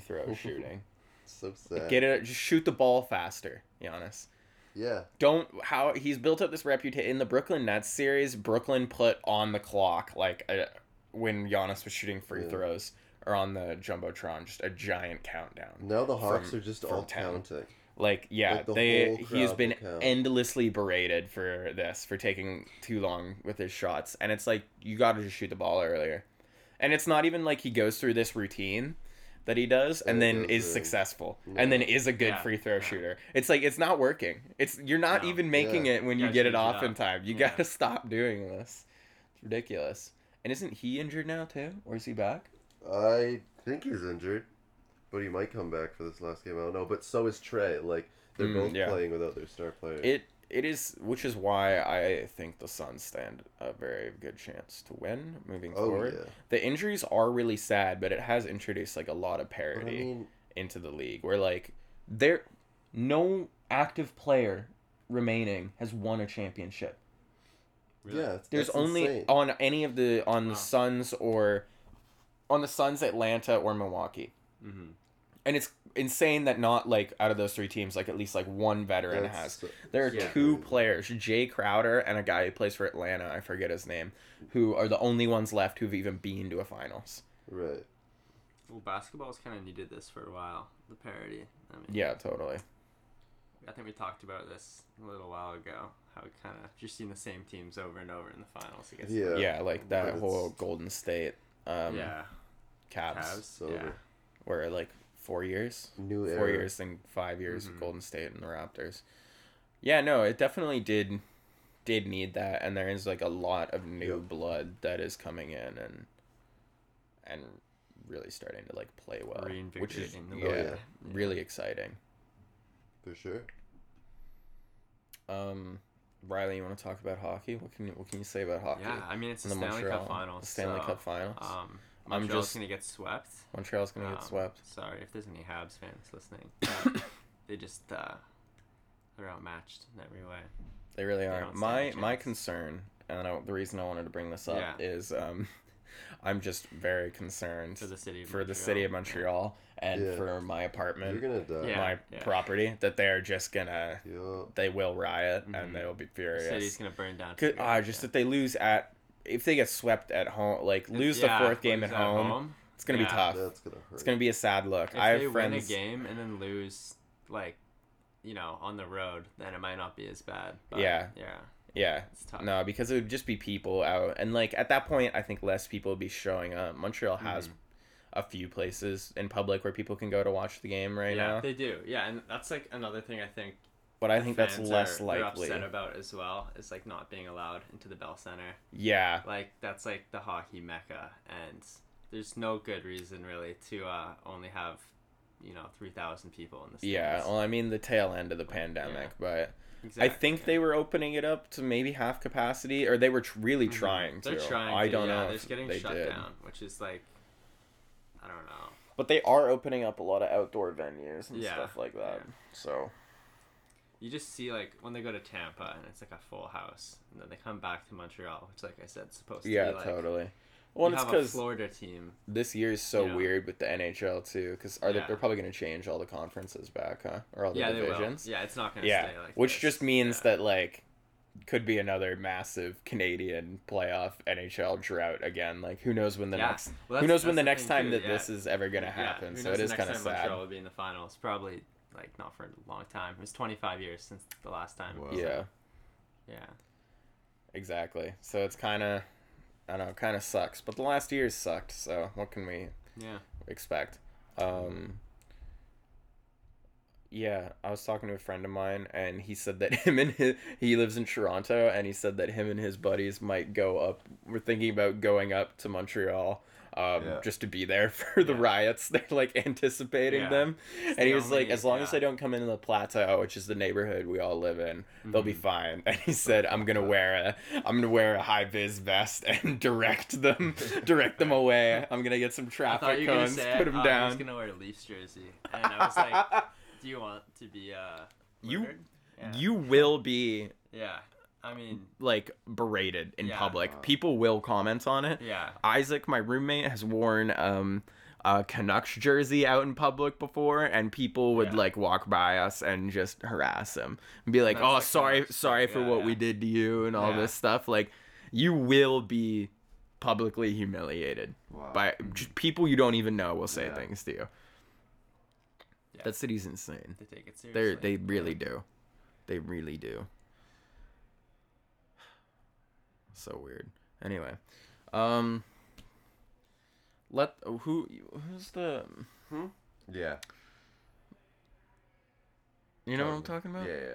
[SPEAKER 3] throw shooting.
[SPEAKER 1] So sad.
[SPEAKER 3] Get it? Just shoot the ball faster, Giannis.
[SPEAKER 1] Yeah.
[SPEAKER 3] Don't how he's built up this reputation in the Brooklyn Nets series. Brooklyn put on the clock like a, when Giannis was shooting free
[SPEAKER 1] Yeah.
[SPEAKER 3] throws or on the jumbotron, just a giant countdown.
[SPEAKER 1] Now the Hawks
[SPEAKER 3] From-
[SPEAKER 1] are just
[SPEAKER 3] from
[SPEAKER 1] all
[SPEAKER 3] town.
[SPEAKER 1] counting.
[SPEAKER 3] Like yeah,
[SPEAKER 1] Like, the
[SPEAKER 3] they
[SPEAKER 1] whole
[SPEAKER 3] he's
[SPEAKER 1] crowd
[SPEAKER 3] been
[SPEAKER 1] will count.
[SPEAKER 3] endlessly berated for this for taking too long with his shots, and it's like you got to just shoot the ball earlier. And it's not even like he goes through this routine that he does and
[SPEAKER 1] And it
[SPEAKER 3] then
[SPEAKER 1] goes
[SPEAKER 3] is
[SPEAKER 1] in.
[SPEAKER 3] successful
[SPEAKER 1] Yeah.
[SPEAKER 3] and then is a good
[SPEAKER 2] Yeah,
[SPEAKER 3] free throw
[SPEAKER 2] yeah.
[SPEAKER 3] shooter. It's like it's not working. It's you're not
[SPEAKER 2] No.
[SPEAKER 3] even making
[SPEAKER 1] Yeah.
[SPEAKER 3] it when
[SPEAKER 2] You
[SPEAKER 3] you,
[SPEAKER 2] gotta
[SPEAKER 3] get it
[SPEAKER 2] change it
[SPEAKER 3] off in
[SPEAKER 2] up.
[SPEAKER 3] time. You
[SPEAKER 2] Yeah.
[SPEAKER 3] got to stop doing this. It's ridiculous. And isn't he injured now too? Or is he back?
[SPEAKER 1] I think he's injured, but he might come back for this last game. I don't know. But so is Trey. Like, they're
[SPEAKER 3] Mm,
[SPEAKER 1] both
[SPEAKER 3] yeah.
[SPEAKER 1] playing without their star player.
[SPEAKER 3] It it is, which is why I think the Suns stand a very good chance to win moving
[SPEAKER 1] Oh,
[SPEAKER 3] forward.
[SPEAKER 1] yeah.
[SPEAKER 3] The injuries are really sad, but it has introduced like a lot of
[SPEAKER 1] But I
[SPEAKER 3] parity
[SPEAKER 1] mean,
[SPEAKER 3] into the league, where like there no active player remaining has won a championship.
[SPEAKER 1] yeah. It's,
[SPEAKER 3] There's
[SPEAKER 1] that's
[SPEAKER 3] only
[SPEAKER 1] insane.
[SPEAKER 3] on any of the on the
[SPEAKER 2] Wow.
[SPEAKER 3] Suns or on the Suns, Atlanta or Milwaukee.
[SPEAKER 2] Mm-hmm.
[SPEAKER 3] And it's insane that not like out of those three teams, like at least like one veteran
[SPEAKER 1] That's
[SPEAKER 3] has.
[SPEAKER 1] so-
[SPEAKER 3] There are
[SPEAKER 2] Yeah.
[SPEAKER 3] two players, Jay Crowder and a guy who plays for Atlanta, I forget his name, who are the only ones left who've even been to a finals.
[SPEAKER 1] Right.
[SPEAKER 2] Well, basketball's kind of needed this for a while. The parody. I mean,
[SPEAKER 3] Yeah, totally.
[SPEAKER 2] I think we talked about this a little while ago. How we kind of just seen the same teams over and over in the finals. I guess.
[SPEAKER 1] Yeah.
[SPEAKER 3] Yeah, like that
[SPEAKER 1] But
[SPEAKER 3] whole
[SPEAKER 1] it's-
[SPEAKER 3] Golden State um
[SPEAKER 2] yeah.
[SPEAKER 3] Cavs,
[SPEAKER 2] Cavs.
[SPEAKER 1] So
[SPEAKER 2] yeah.
[SPEAKER 3] were like 4 years.
[SPEAKER 1] New era.
[SPEAKER 3] four years than five years
[SPEAKER 2] Mm-hmm.
[SPEAKER 3] of Golden State and the Raptors. Yeah, no, it definitely did did need that, and there is like a lot of new
[SPEAKER 1] Yep.
[SPEAKER 3] blood that is coming in and and really starting to like play well, which is
[SPEAKER 2] Reinvigorating the
[SPEAKER 3] yeah,
[SPEAKER 1] league.
[SPEAKER 3] really exciting.
[SPEAKER 1] For sure.
[SPEAKER 3] Um, Riley, you want to talk about hockey? What can you what can you say about hockey?
[SPEAKER 2] Yeah, I mean it's the,
[SPEAKER 3] And the
[SPEAKER 2] Stanley
[SPEAKER 3] Montreal-
[SPEAKER 2] Cup Finals.
[SPEAKER 3] the Stanley
[SPEAKER 2] so,
[SPEAKER 3] Cup Finals.
[SPEAKER 2] Um,
[SPEAKER 3] I'm
[SPEAKER 2] Montreal's
[SPEAKER 3] just-
[SPEAKER 2] gonna get swept.
[SPEAKER 3] Montreal's gonna
[SPEAKER 2] Um,
[SPEAKER 3] get swept.
[SPEAKER 2] Sorry if there's any Habs fans listening. but they just uh, they're outmatched in every way.
[SPEAKER 3] They really are.
[SPEAKER 2] don't stand a
[SPEAKER 3] My my
[SPEAKER 2] chance.
[SPEAKER 3] concern, and I, the reason I wanted to bring this up
[SPEAKER 2] Yeah.
[SPEAKER 3] is, um, I'm just very concerned
[SPEAKER 2] For the city of
[SPEAKER 3] for the city of Montreal and
[SPEAKER 1] Yeah.
[SPEAKER 3] for my
[SPEAKER 1] You're
[SPEAKER 3] apartment,
[SPEAKER 1] going to die.
[SPEAKER 2] Yeah.
[SPEAKER 3] my property, that they are just gonna
[SPEAKER 1] Yup.
[SPEAKER 3] they will riot
[SPEAKER 2] Mhm.
[SPEAKER 3] and they will be
[SPEAKER 2] The city's
[SPEAKER 3] furious.
[SPEAKER 2] gonna burn down.
[SPEAKER 3] Could,
[SPEAKER 2] together,
[SPEAKER 3] ah, just that they lose at if they get swept at home, like lose
[SPEAKER 2] Yeah,
[SPEAKER 3] the fourth game
[SPEAKER 2] lose
[SPEAKER 3] at home, It's gonna
[SPEAKER 2] Yeah.
[SPEAKER 3] be tough.
[SPEAKER 1] That's gonna hurt.
[SPEAKER 3] It's gonna be a sad look.
[SPEAKER 2] If
[SPEAKER 3] I
[SPEAKER 2] they
[SPEAKER 3] have
[SPEAKER 2] win a
[SPEAKER 3] friends.
[SPEAKER 2] game and then lose, like, you know, on the road, then it might not be as bad. But
[SPEAKER 3] Yeah.
[SPEAKER 2] Yeah.
[SPEAKER 3] Yeah.
[SPEAKER 2] It's tough.
[SPEAKER 3] No, because it would just be people out, and like at that point, I think less people would be showing up. Montreal
[SPEAKER 2] Mm-hmm.
[SPEAKER 3] has a few places in public where people can go to watch the game right
[SPEAKER 2] yeah,
[SPEAKER 3] now,
[SPEAKER 2] they do. Yeah, and that's like another thing I think.
[SPEAKER 3] but I think that's
[SPEAKER 2] fans
[SPEAKER 3] less
[SPEAKER 2] are, They're
[SPEAKER 3] likely.
[SPEAKER 2] upset about as well is like not being allowed into the Bell Center.
[SPEAKER 3] Yeah,
[SPEAKER 2] Like that's like the hockey mecca, and there's no good reason really to uh, only have, you know, three thousand people in the stands.
[SPEAKER 3] yeah. Well, I mean the tail end of the pandemic, but
[SPEAKER 2] exactly.
[SPEAKER 3] I think they were opening it up to maybe half capacity, or they were tr- really
[SPEAKER 2] Mhm.
[SPEAKER 3] trying to.
[SPEAKER 2] They're trying.
[SPEAKER 3] I
[SPEAKER 2] to,
[SPEAKER 3] don't
[SPEAKER 2] yeah,
[SPEAKER 3] know.
[SPEAKER 2] They're
[SPEAKER 3] if
[SPEAKER 2] just getting
[SPEAKER 3] they
[SPEAKER 2] shut
[SPEAKER 3] did.
[SPEAKER 2] down, which is like, I don't know.
[SPEAKER 3] But they are opening up a lot of outdoor venues and
[SPEAKER 2] Yeah,
[SPEAKER 3] stuff like that.
[SPEAKER 2] yeah.
[SPEAKER 3] So
[SPEAKER 2] You just see like when they go to Tampa and it's like a full house, and then they come back to Montreal, which like I said, is supposed
[SPEAKER 3] yeah,
[SPEAKER 2] to be like
[SPEAKER 3] totally.
[SPEAKER 2] you
[SPEAKER 3] Well, it's
[SPEAKER 2] have a
[SPEAKER 3] because
[SPEAKER 2] Florida team.
[SPEAKER 3] this year is so
[SPEAKER 2] Yeah.
[SPEAKER 3] weird with the NHL too. Because are they,
[SPEAKER 2] Yeah.
[SPEAKER 3] they're probably going to change all the conferences back, huh? Or all the
[SPEAKER 2] Yeah,
[SPEAKER 3] divisions.
[SPEAKER 2] they will. Yeah, it's not gonna
[SPEAKER 3] Yeah,
[SPEAKER 2] stay like
[SPEAKER 3] which
[SPEAKER 2] this.
[SPEAKER 3] just means
[SPEAKER 2] Yeah.
[SPEAKER 3] that like could be another massive Canadian playoff NHL drought again. Like who knows when the
[SPEAKER 2] Yeah.
[SPEAKER 3] next
[SPEAKER 2] Well,
[SPEAKER 3] who
[SPEAKER 2] that's-
[SPEAKER 3] knows when the
[SPEAKER 2] that's the
[SPEAKER 3] next
[SPEAKER 2] thing,
[SPEAKER 3] time
[SPEAKER 2] too,
[SPEAKER 3] that
[SPEAKER 2] yeah.
[SPEAKER 3] this is ever going to
[SPEAKER 2] Yeah,
[SPEAKER 3] happen.
[SPEAKER 2] who
[SPEAKER 3] so
[SPEAKER 2] knows
[SPEAKER 3] it
[SPEAKER 2] the
[SPEAKER 3] is
[SPEAKER 2] next
[SPEAKER 3] kind of
[SPEAKER 2] time
[SPEAKER 3] sad.
[SPEAKER 2] Montreal will be in the finals. Probably like not for a long time. It was 25 years since the last time.
[SPEAKER 1] Wow.
[SPEAKER 3] Yeah,
[SPEAKER 2] Yeah.
[SPEAKER 3] exactly. So it's kind of I don't know, kind of sucks. But the last year's sucked. So what can we
[SPEAKER 2] Yeah.
[SPEAKER 3] expect. Um, yeah, I was talking to a friend of mine, and he said that him and his, he lives in Toronto, and he said that him and his buddies might go up. We're thinking about going up to Montreal. Um,
[SPEAKER 1] Yeah.
[SPEAKER 3] just to be there for the
[SPEAKER 2] Yeah.
[SPEAKER 3] riots they're like anticipating
[SPEAKER 2] Yeah.
[SPEAKER 3] them and he
[SPEAKER 2] the
[SPEAKER 3] was like
[SPEAKER 2] only-
[SPEAKER 3] as long as
[SPEAKER 2] yeah.
[SPEAKER 3] they don't come into the plateau which is the neighborhood we all live in they'll
[SPEAKER 2] Mm-hmm.
[SPEAKER 3] be fine and he said i'm gonna wear a i'm gonna wear a high vis vest and direct them direct them away i'm gonna get some
[SPEAKER 2] I
[SPEAKER 3] traffic
[SPEAKER 2] thought you were gonna
[SPEAKER 3] cones
[SPEAKER 2] say
[SPEAKER 3] put them
[SPEAKER 2] uh, I was
[SPEAKER 3] down
[SPEAKER 2] gonna wear a Leafs jersey, and I was like, "Do you want to be uh?"
[SPEAKER 3] You-
[SPEAKER 2] murdered?" Yeah.
[SPEAKER 3] you will be
[SPEAKER 2] Yeah. I mean,
[SPEAKER 3] like berated in
[SPEAKER 2] Yeah.
[SPEAKER 3] public people will comment on it
[SPEAKER 2] yeah.
[SPEAKER 3] Isaac, my roommate, has worn um a Canucks jersey out in public before, and people would
[SPEAKER 2] Yeah.
[SPEAKER 3] like walk by us and just harass him and be like,
[SPEAKER 2] That's
[SPEAKER 3] "Oh,
[SPEAKER 2] like
[SPEAKER 3] sorry,
[SPEAKER 2] Canucks,
[SPEAKER 3] sorry for
[SPEAKER 2] yeah,
[SPEAKER 3] what we
[SPEAKER 2] yeah.
[SPEAKER 3] did to you and all
[SPEAKER 2] Yeah.
[SPEAKER 3] this stuff." Like, you will be publicly humiliated
[SPEAKER 1] Wow.
[SPEAKER 3] by just people you don't even know will say
[SPEAKER 1] Yeah.
[SPEAKER 3] things to you.
[SPEAKER 2] Yeah.
[SPEAKER 3] That city's insane.
[SPEAKER 2] They take it
[SPEAKER 3] They they
[SPEAKER 2] seriously.
[SPEAKER 3] really do. They really do. So weird. Anyway, um, let oh, who who's the
[SPEAKER 1] Yeah.
[SPEAKER 3] you know what
[SPEAKER 1] totally.
[SPEAKER 3] I'm talking about?
[SPEAKER 1] Yeah.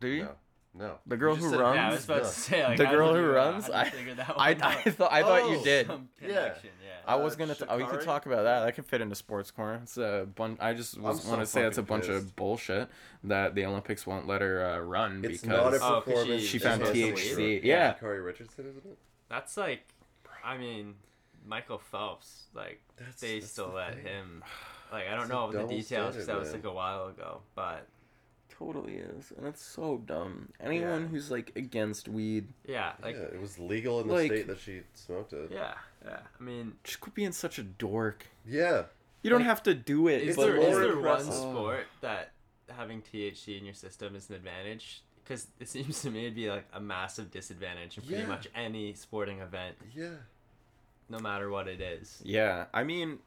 [SPEAKER 3] Do
[SPEAKER 1] Yeah.
[SPEAKER 3] you?
[SPEAKER 1] No. No.
[SPEAKER 3] The girl
[SPEAKER 1] just
[SPEAKER 3] who
[SPEAKER 1] said-
[SPEAKER 3] runs?
[SPEAKER 2] Yeah, I was about to
[SPEAKER 1] Yeah.
[SPEAKER 2] say like
[SPEAKER 3] The
[SPEAKER 2] how did
[SPEAKER 3] girl
[SPEAKER 2] you,
[SPEAKER 3] who
[SPEAKER 2] uh,
[SPEAKER 3] runs?
[SPEAKER 2] how did you
[SPEAKER 3] I-
[SPEAKER 2] figure that
[SPEAKER 3] I
[SPEAKER 2] one
[SPEAKER 3] I
[SPEAKER 2] out?
[SPEAKER 3] thought I thought you
[SPEAKER 1] Oh!
[SPEAKER 3] did.
[SPEAKER 2] Some
[SPEAKER 1] Yeah.
[SPEAKER 2] connection, yeah.
[SPEAKER 3] I
[SPEAKER 1] Uh,
[SPEAKER 3] was gonna. T- oh, we could
[SPEAKER 1] Shikari?
[SPEAKER 3] talk about that. That could fit into sports corner. It's a bunch. I just was,
[SPEAKER 1] so
[SPEAKER 3] want to say it's a
[SPEAKER 1] fucking
[SPEAKER 3] bunch of
[SPEAKER 1] pissed.
[SPEAKER 3] bullshit that the Olympics won't let her uh, run
[SPEAKER 1] It's not
[SPEAKER 3] because
[SPEAKER 1] a
[SPEAKER 2] Oh, 'cause
[SPEAKER 1] performance.
[SPEAKER 2] she-
[SPEAKER 3] she found
[SPEAKER 1] it's
[SPEAKER 3] THC.
[SPEAKER 1] just a drug.
[SPEAKER 3] Yeah.
[SPEAKER 1] Corey Richardson, isn't it?
[SPEAKER 2] That's like, I mean, Michael Phelps. Like
[SPEAKER 1] That's-
[SPEAKER 2] they
[SPEAKER 1] that's
[SPEAKER 2] still
[SPEAKER 1] the
[SPEAKER 2] let
[SPEAKER 1] thing.
[SPEAKER 2] him. Like I don't
[SPEAKER 1] It's a
[SPEAKER 2] know the
[SPEAKER 1] double
[SPEAKER 2] details because
[SPEAKER 1] standard,
[SPEAKER 2] that was
[SPEAKER 1] man.
[SPEAKER 2] like a while ago, but
[SPEAKER 3] totally is, and it's so dumb. Anyone
[SPEAKER 1] Yeah.
[SPEAKER 3] who's like against weed
[SPEAKER 2] yeah, like
[SPEAKER 1] yeah, it was legal in the
[SPEAKER 3] like-
[SPEAKER 1] state that she smoked it.
[SPEAKER 2] yeah, yeah. I mean,
[SPEAKER 3] just quit being such a dork.
[SPEAKER 1] Yeah.
[SPEAKER 3] You don't
[SPEAKER 2] Like,
[SPEAKER 3] have to do it.
[SPEAKER 2] is
[SPEAKER 1] but
[SPEAKER 2] there is
[SPEAKER 1] more
[SPEAKER 2] there one
[SPEAKER 1] impressive-
[SPEAKER 2] sport that having THC in your system is an advantage? Because it seems to me it'd be like a massive disadvantage in pretty
[SPEAKER 1] Yeah.
[SPEAKER 2] much any sporting event,
[SPEAKER 1] Yeah.
[SPEAKER 2] no matter what it is.
[SPEAKER 3] Yeah, I mean,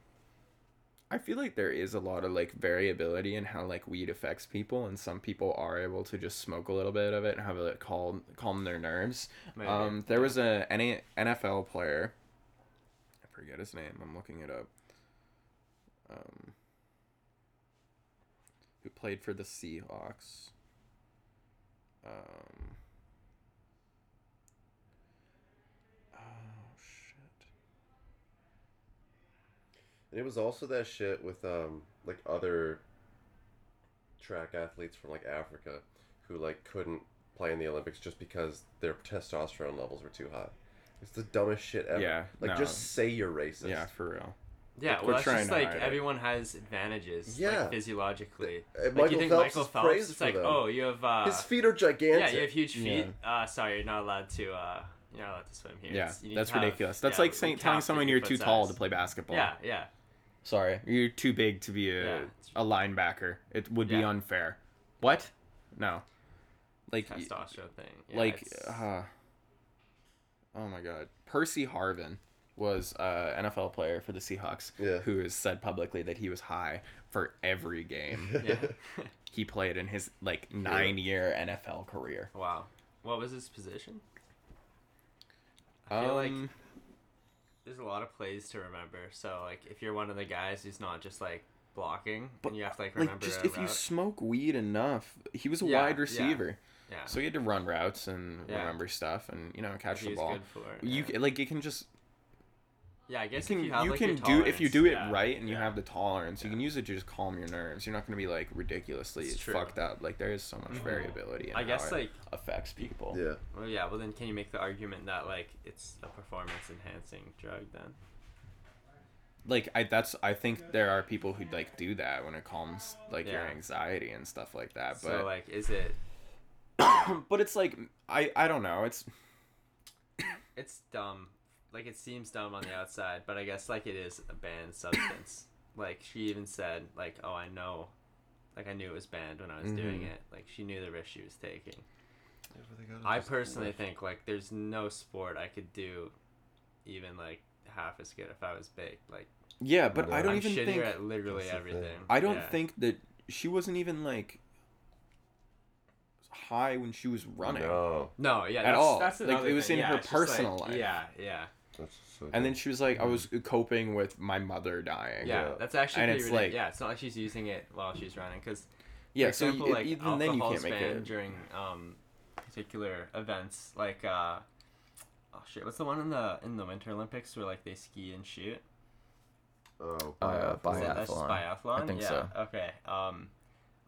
[SPEAKER 3] I feel like there is a lot of like variability in how like weed affects people, and some people are able to just smoke a little bit of it and have it calm calm their nerves.
[SPEAKER 2] Maybe,
[SPEAKER 3] Um, there was a NA NFL player. I forget his name. I'm looking it up. Um, who played for the Seahawks? Um. Oh shit.
[SPEAKER 1] And it was also that shit with um like other track athletes from like Africa who like couldn't play in the Olympics just because their testosterone levels were too high. It's the dumbest shit ever.
[SPEAKER 3] Yeah,
[SPEAKER 1] Like
[SPEAKER 3] no.
[SPEAKER 1] just say you're racist.
[SPEAKER 3] Yeah, for real.
[SPEAKER 2] Yeah,
[SPEAKER 3] Like,
[SPEAKER 2] well,
[SPEAKER 3] we're
[SPEAKER 2] that's just
[SPEAKER 3] trying to
[SPEAKER 2] like
[SPEAKER 3] hide it.
[SPEAKER 2] everyone has advantages,
[SPEAKER 1] Yeah.
[SPEAKER 2] like physiologically.
[SPEAKER 1] Uh,
[SPEAKER 2] like
[SPEAKER 1] Michael
[SPEAKER 2] you think
[SPEAKER 1] Phelps
[SPEAKER 2] Michael
[SPEAKER 1] is
[SPEAKER 2] Phelps,
[SPEAKER 1] praised
[SPEAKER 2] it's
[SPEAKER 1] for
[SPEAKER 2] like,
[SPEAKER 1] them.
[SPEAKER 2] oh, you have uh,
[SPEAKER 1] His feet are gigantic.
[SPEAKER 2] yeah, you have huge
[SPEAKER 3] Yeah.
[SPEAKER 2] feet. Uh, sorry, you're not allowed to. Uh, you're not allowed to swim here.
[SPEAKER 3] Yeah,
[SPEAKER 2] It's- you need
[SPEAKER 3] that's
[SPEAKER 2] to have-
[SPEAKER 3] ridiculous. That's
[SPEAKER 2] yeah,
[SPEAKER 3] like
[SPEAKER 2] we
[SPEAKER 3] saying
[SPEAKER 2] capped
[SPEAKER 3] telling
[SPEAKER 2] at
[SPEAKER 3] someone
[SPEAKER 2] your
[SPEAKER 3] you're
[SPEAKER 2] foot
[SPEAKER 3] too tall to
[SPEAKER 2] size.
[SPEAKER 3] play basketball.
[SPEAKER 2] Yeah, yeah,
[SPEAKER 3] Sorry, you're too big to be a,
[SPEAKER 2] Yeah.
[SPEAKER 3] a linebacker. It would be
[SPEAKER 2] Yeah.
[SPEAKER 3] unfair. What? No. Like, y- uh,
[SPEAKER 2] testosterone thing. Yeah,
[SPEAKER 3] like,
[SPEAKER 2] it's-
[SPEAKER 3] uh, oh my god, Percy Harvin was a NFL player for the Seahawks
[SPEAKER 1] Yeah.
[SPEAKER 3] who has said publicly that he was high for every game
[SPEAKER 2] Yeah.
[SPEAKER 3] he played in his like 9-year NFL career.
[SPEAKER 2] wow. What was his position? I feel like
[SPEAKER 3] Um,
[SPEAKER 2] there's a lot of plays to remember. So like if you're one of the guys who's not just like blocking and you have to like remember
[SPEAKER 3] like just
[SPEAKER 2] a
[SPEAKER 3] if you
[SPEAKER 2] route.
[SPEAKER 3] smoke weed enough, he was a
[SPEAKER 2] Yeah,
[SPEAKER 3] wide
[SPEAKER 2] yeah.
[SPEAKER 3] receiver.
[SPEAKER 2] yeah.
[SPEAKER 3] So he had to run routes and
[SPEAKER 2] Yeah.
[SPEAKER 3] remember stuff and you know catch
[SPEAKER 2] he
[SPEAKER 3] the
[SPEAKER 2] was
[SPEAKER 3] ball.
[SPEAKER 2] good for it.
[SPEAKER 3] You
[SPEAKER 2] yeah.
[SPEAKER 3] c- like it can just
[SPEAKER 2] yeah, I guess
[SPEAKER 3] can
[SPEAKER 2] if
[SPEAKER 3] you,
[SPEAKER 2] you, have, like,
[SPEAKER 3] can
[SPEAKER 2] your
[SPEAKER 3] do if you
[SPEAKER 2] tolerance,
[SPEAKER 3] do it
[SPEAKER 2] yeah,
[SPEAKER 3] right and you
[SPEAKER 2] yeah.
[SPEAKER 3] have the tolerance, you can use it to just calm your nerves. You're not going to be like ridiculously
[SPEAKER 2] It's true. Mm-hmm.
[SPEAKER 3] fucked up. Like there is so much variability. In
[SPEAKER 2] I guess,
[SPEAKER 3] how it
[SPEAKER 2] like-
[SPEAKER 3] affects people.
[SPEAKER 1] Yeah.
[SPEAKER 2] Well, yeah. Well, then can you make the argument that like it's a performance enhancing drug then?
[SPEAKER 3] Like I that's I think there are people who like do that when it calms like your
[SPEAKER 2] Yeah.
[SPEAKER 3] anxiety and stuff like that. But
[SPEAKER 2] so like, is it?
[SPEAKER 3] but it's like I I don't know. It's
[SPEAKER 2] It's dumb. Like it seems dumb on the outside, but I guess like it is a banned substance. like she even said like, oh, I know. Like I knew it was banned when I was doing
[SPEAKER 3] Mhm.
[SPEAKER 2] it. Like she knew the risk she was taking. I personally think like there's no sport I could do, even like half as good if I was baked. Like
[SPEAKER 3] yeah, but I
[SPEAKER 1] No.
[SPEAKER 3] don't
[SPEAKER 2] I'm
[SPEAKER 3] even
[SPEAKER 2] shittier
[SPEAKER 3] think
[SPEAKER 2] at literally
[SPEAKER 1] That's the
[SPEAKER 2] everything.
[SPEAKER 1] thing.
[SPEAKER 3] I don't
[SPEAKER 2] Yeah.
[SPEAKER 3] think that she wasn't even like high when she was running.
[SPEAKER 1] No.
[SPEAKER 2] no, yeah,
[SPEAKER 3] at
[SPEAKER 2] that's,
[SPEAKER 3] all.
[SPEAKER 2] That's
[SPEAKER 3] Like,
[SPEAKER 2] another
[SPEAKER 3] it was
[SPEAKER 2] thing.
[SPEAKER 3] in
[SPEAKER 2] Yeah,
[SPEAKER 3] her
[SPEAKER 2] it's just, like,
[SPEAKER 3] personal life.
[SPEAKER 2] Yeah, yeah,
[SPEAKER 1] That's so
[SPEAKER 3] And then
[SPEAKER 1] dumb.
[SPEAKER 3] she was like, I was coping with my mother dying.
[SPEAKER 2] yeah.
[SPEAKER 1] Yeah.
[SPEAKER 2] That's actually
[SPEAKER 3] uh, And
[SPEAKER 2] pretty
[SPEAKER 3] it's
[SPEAKER 2] ridic-
[SPEAKER 3] like-
[SPEAKER 2] yeah. It's not like she's using it while she's running because
[SPEAKER 3] Yeah,
[SPEAKER 2] for
[SPEAKER 3] so
[SPEAKER 2] example,
[SPEAKER 3] e-
[SPEAKER 2] like
[SPEAKER 3] even then you
[SPEAKER 2] alcohol's
[SPEAKER 3] can't make
[SPEAKER 2] banned
[SPEAKER 3] it.
[SPEAKER 2] during um, particular events like uh, oh shit, what's the one in the in the Winter Olympics where like they ski and shoot?
[SPEAKER 1] oh,
[SPEAKER 3] Uh,
[SPEAKER 1] biathlon.
[SPEAKER 2] Is that- that's
[SPEAKER 3] Biathlon.
[SPEAKER 2] biathlon?
[SPEAKER 3] I think
[SPEAKER 2] yeah.
[SPEAKER 3] so.
[SPEAKER 2] Okay. Um,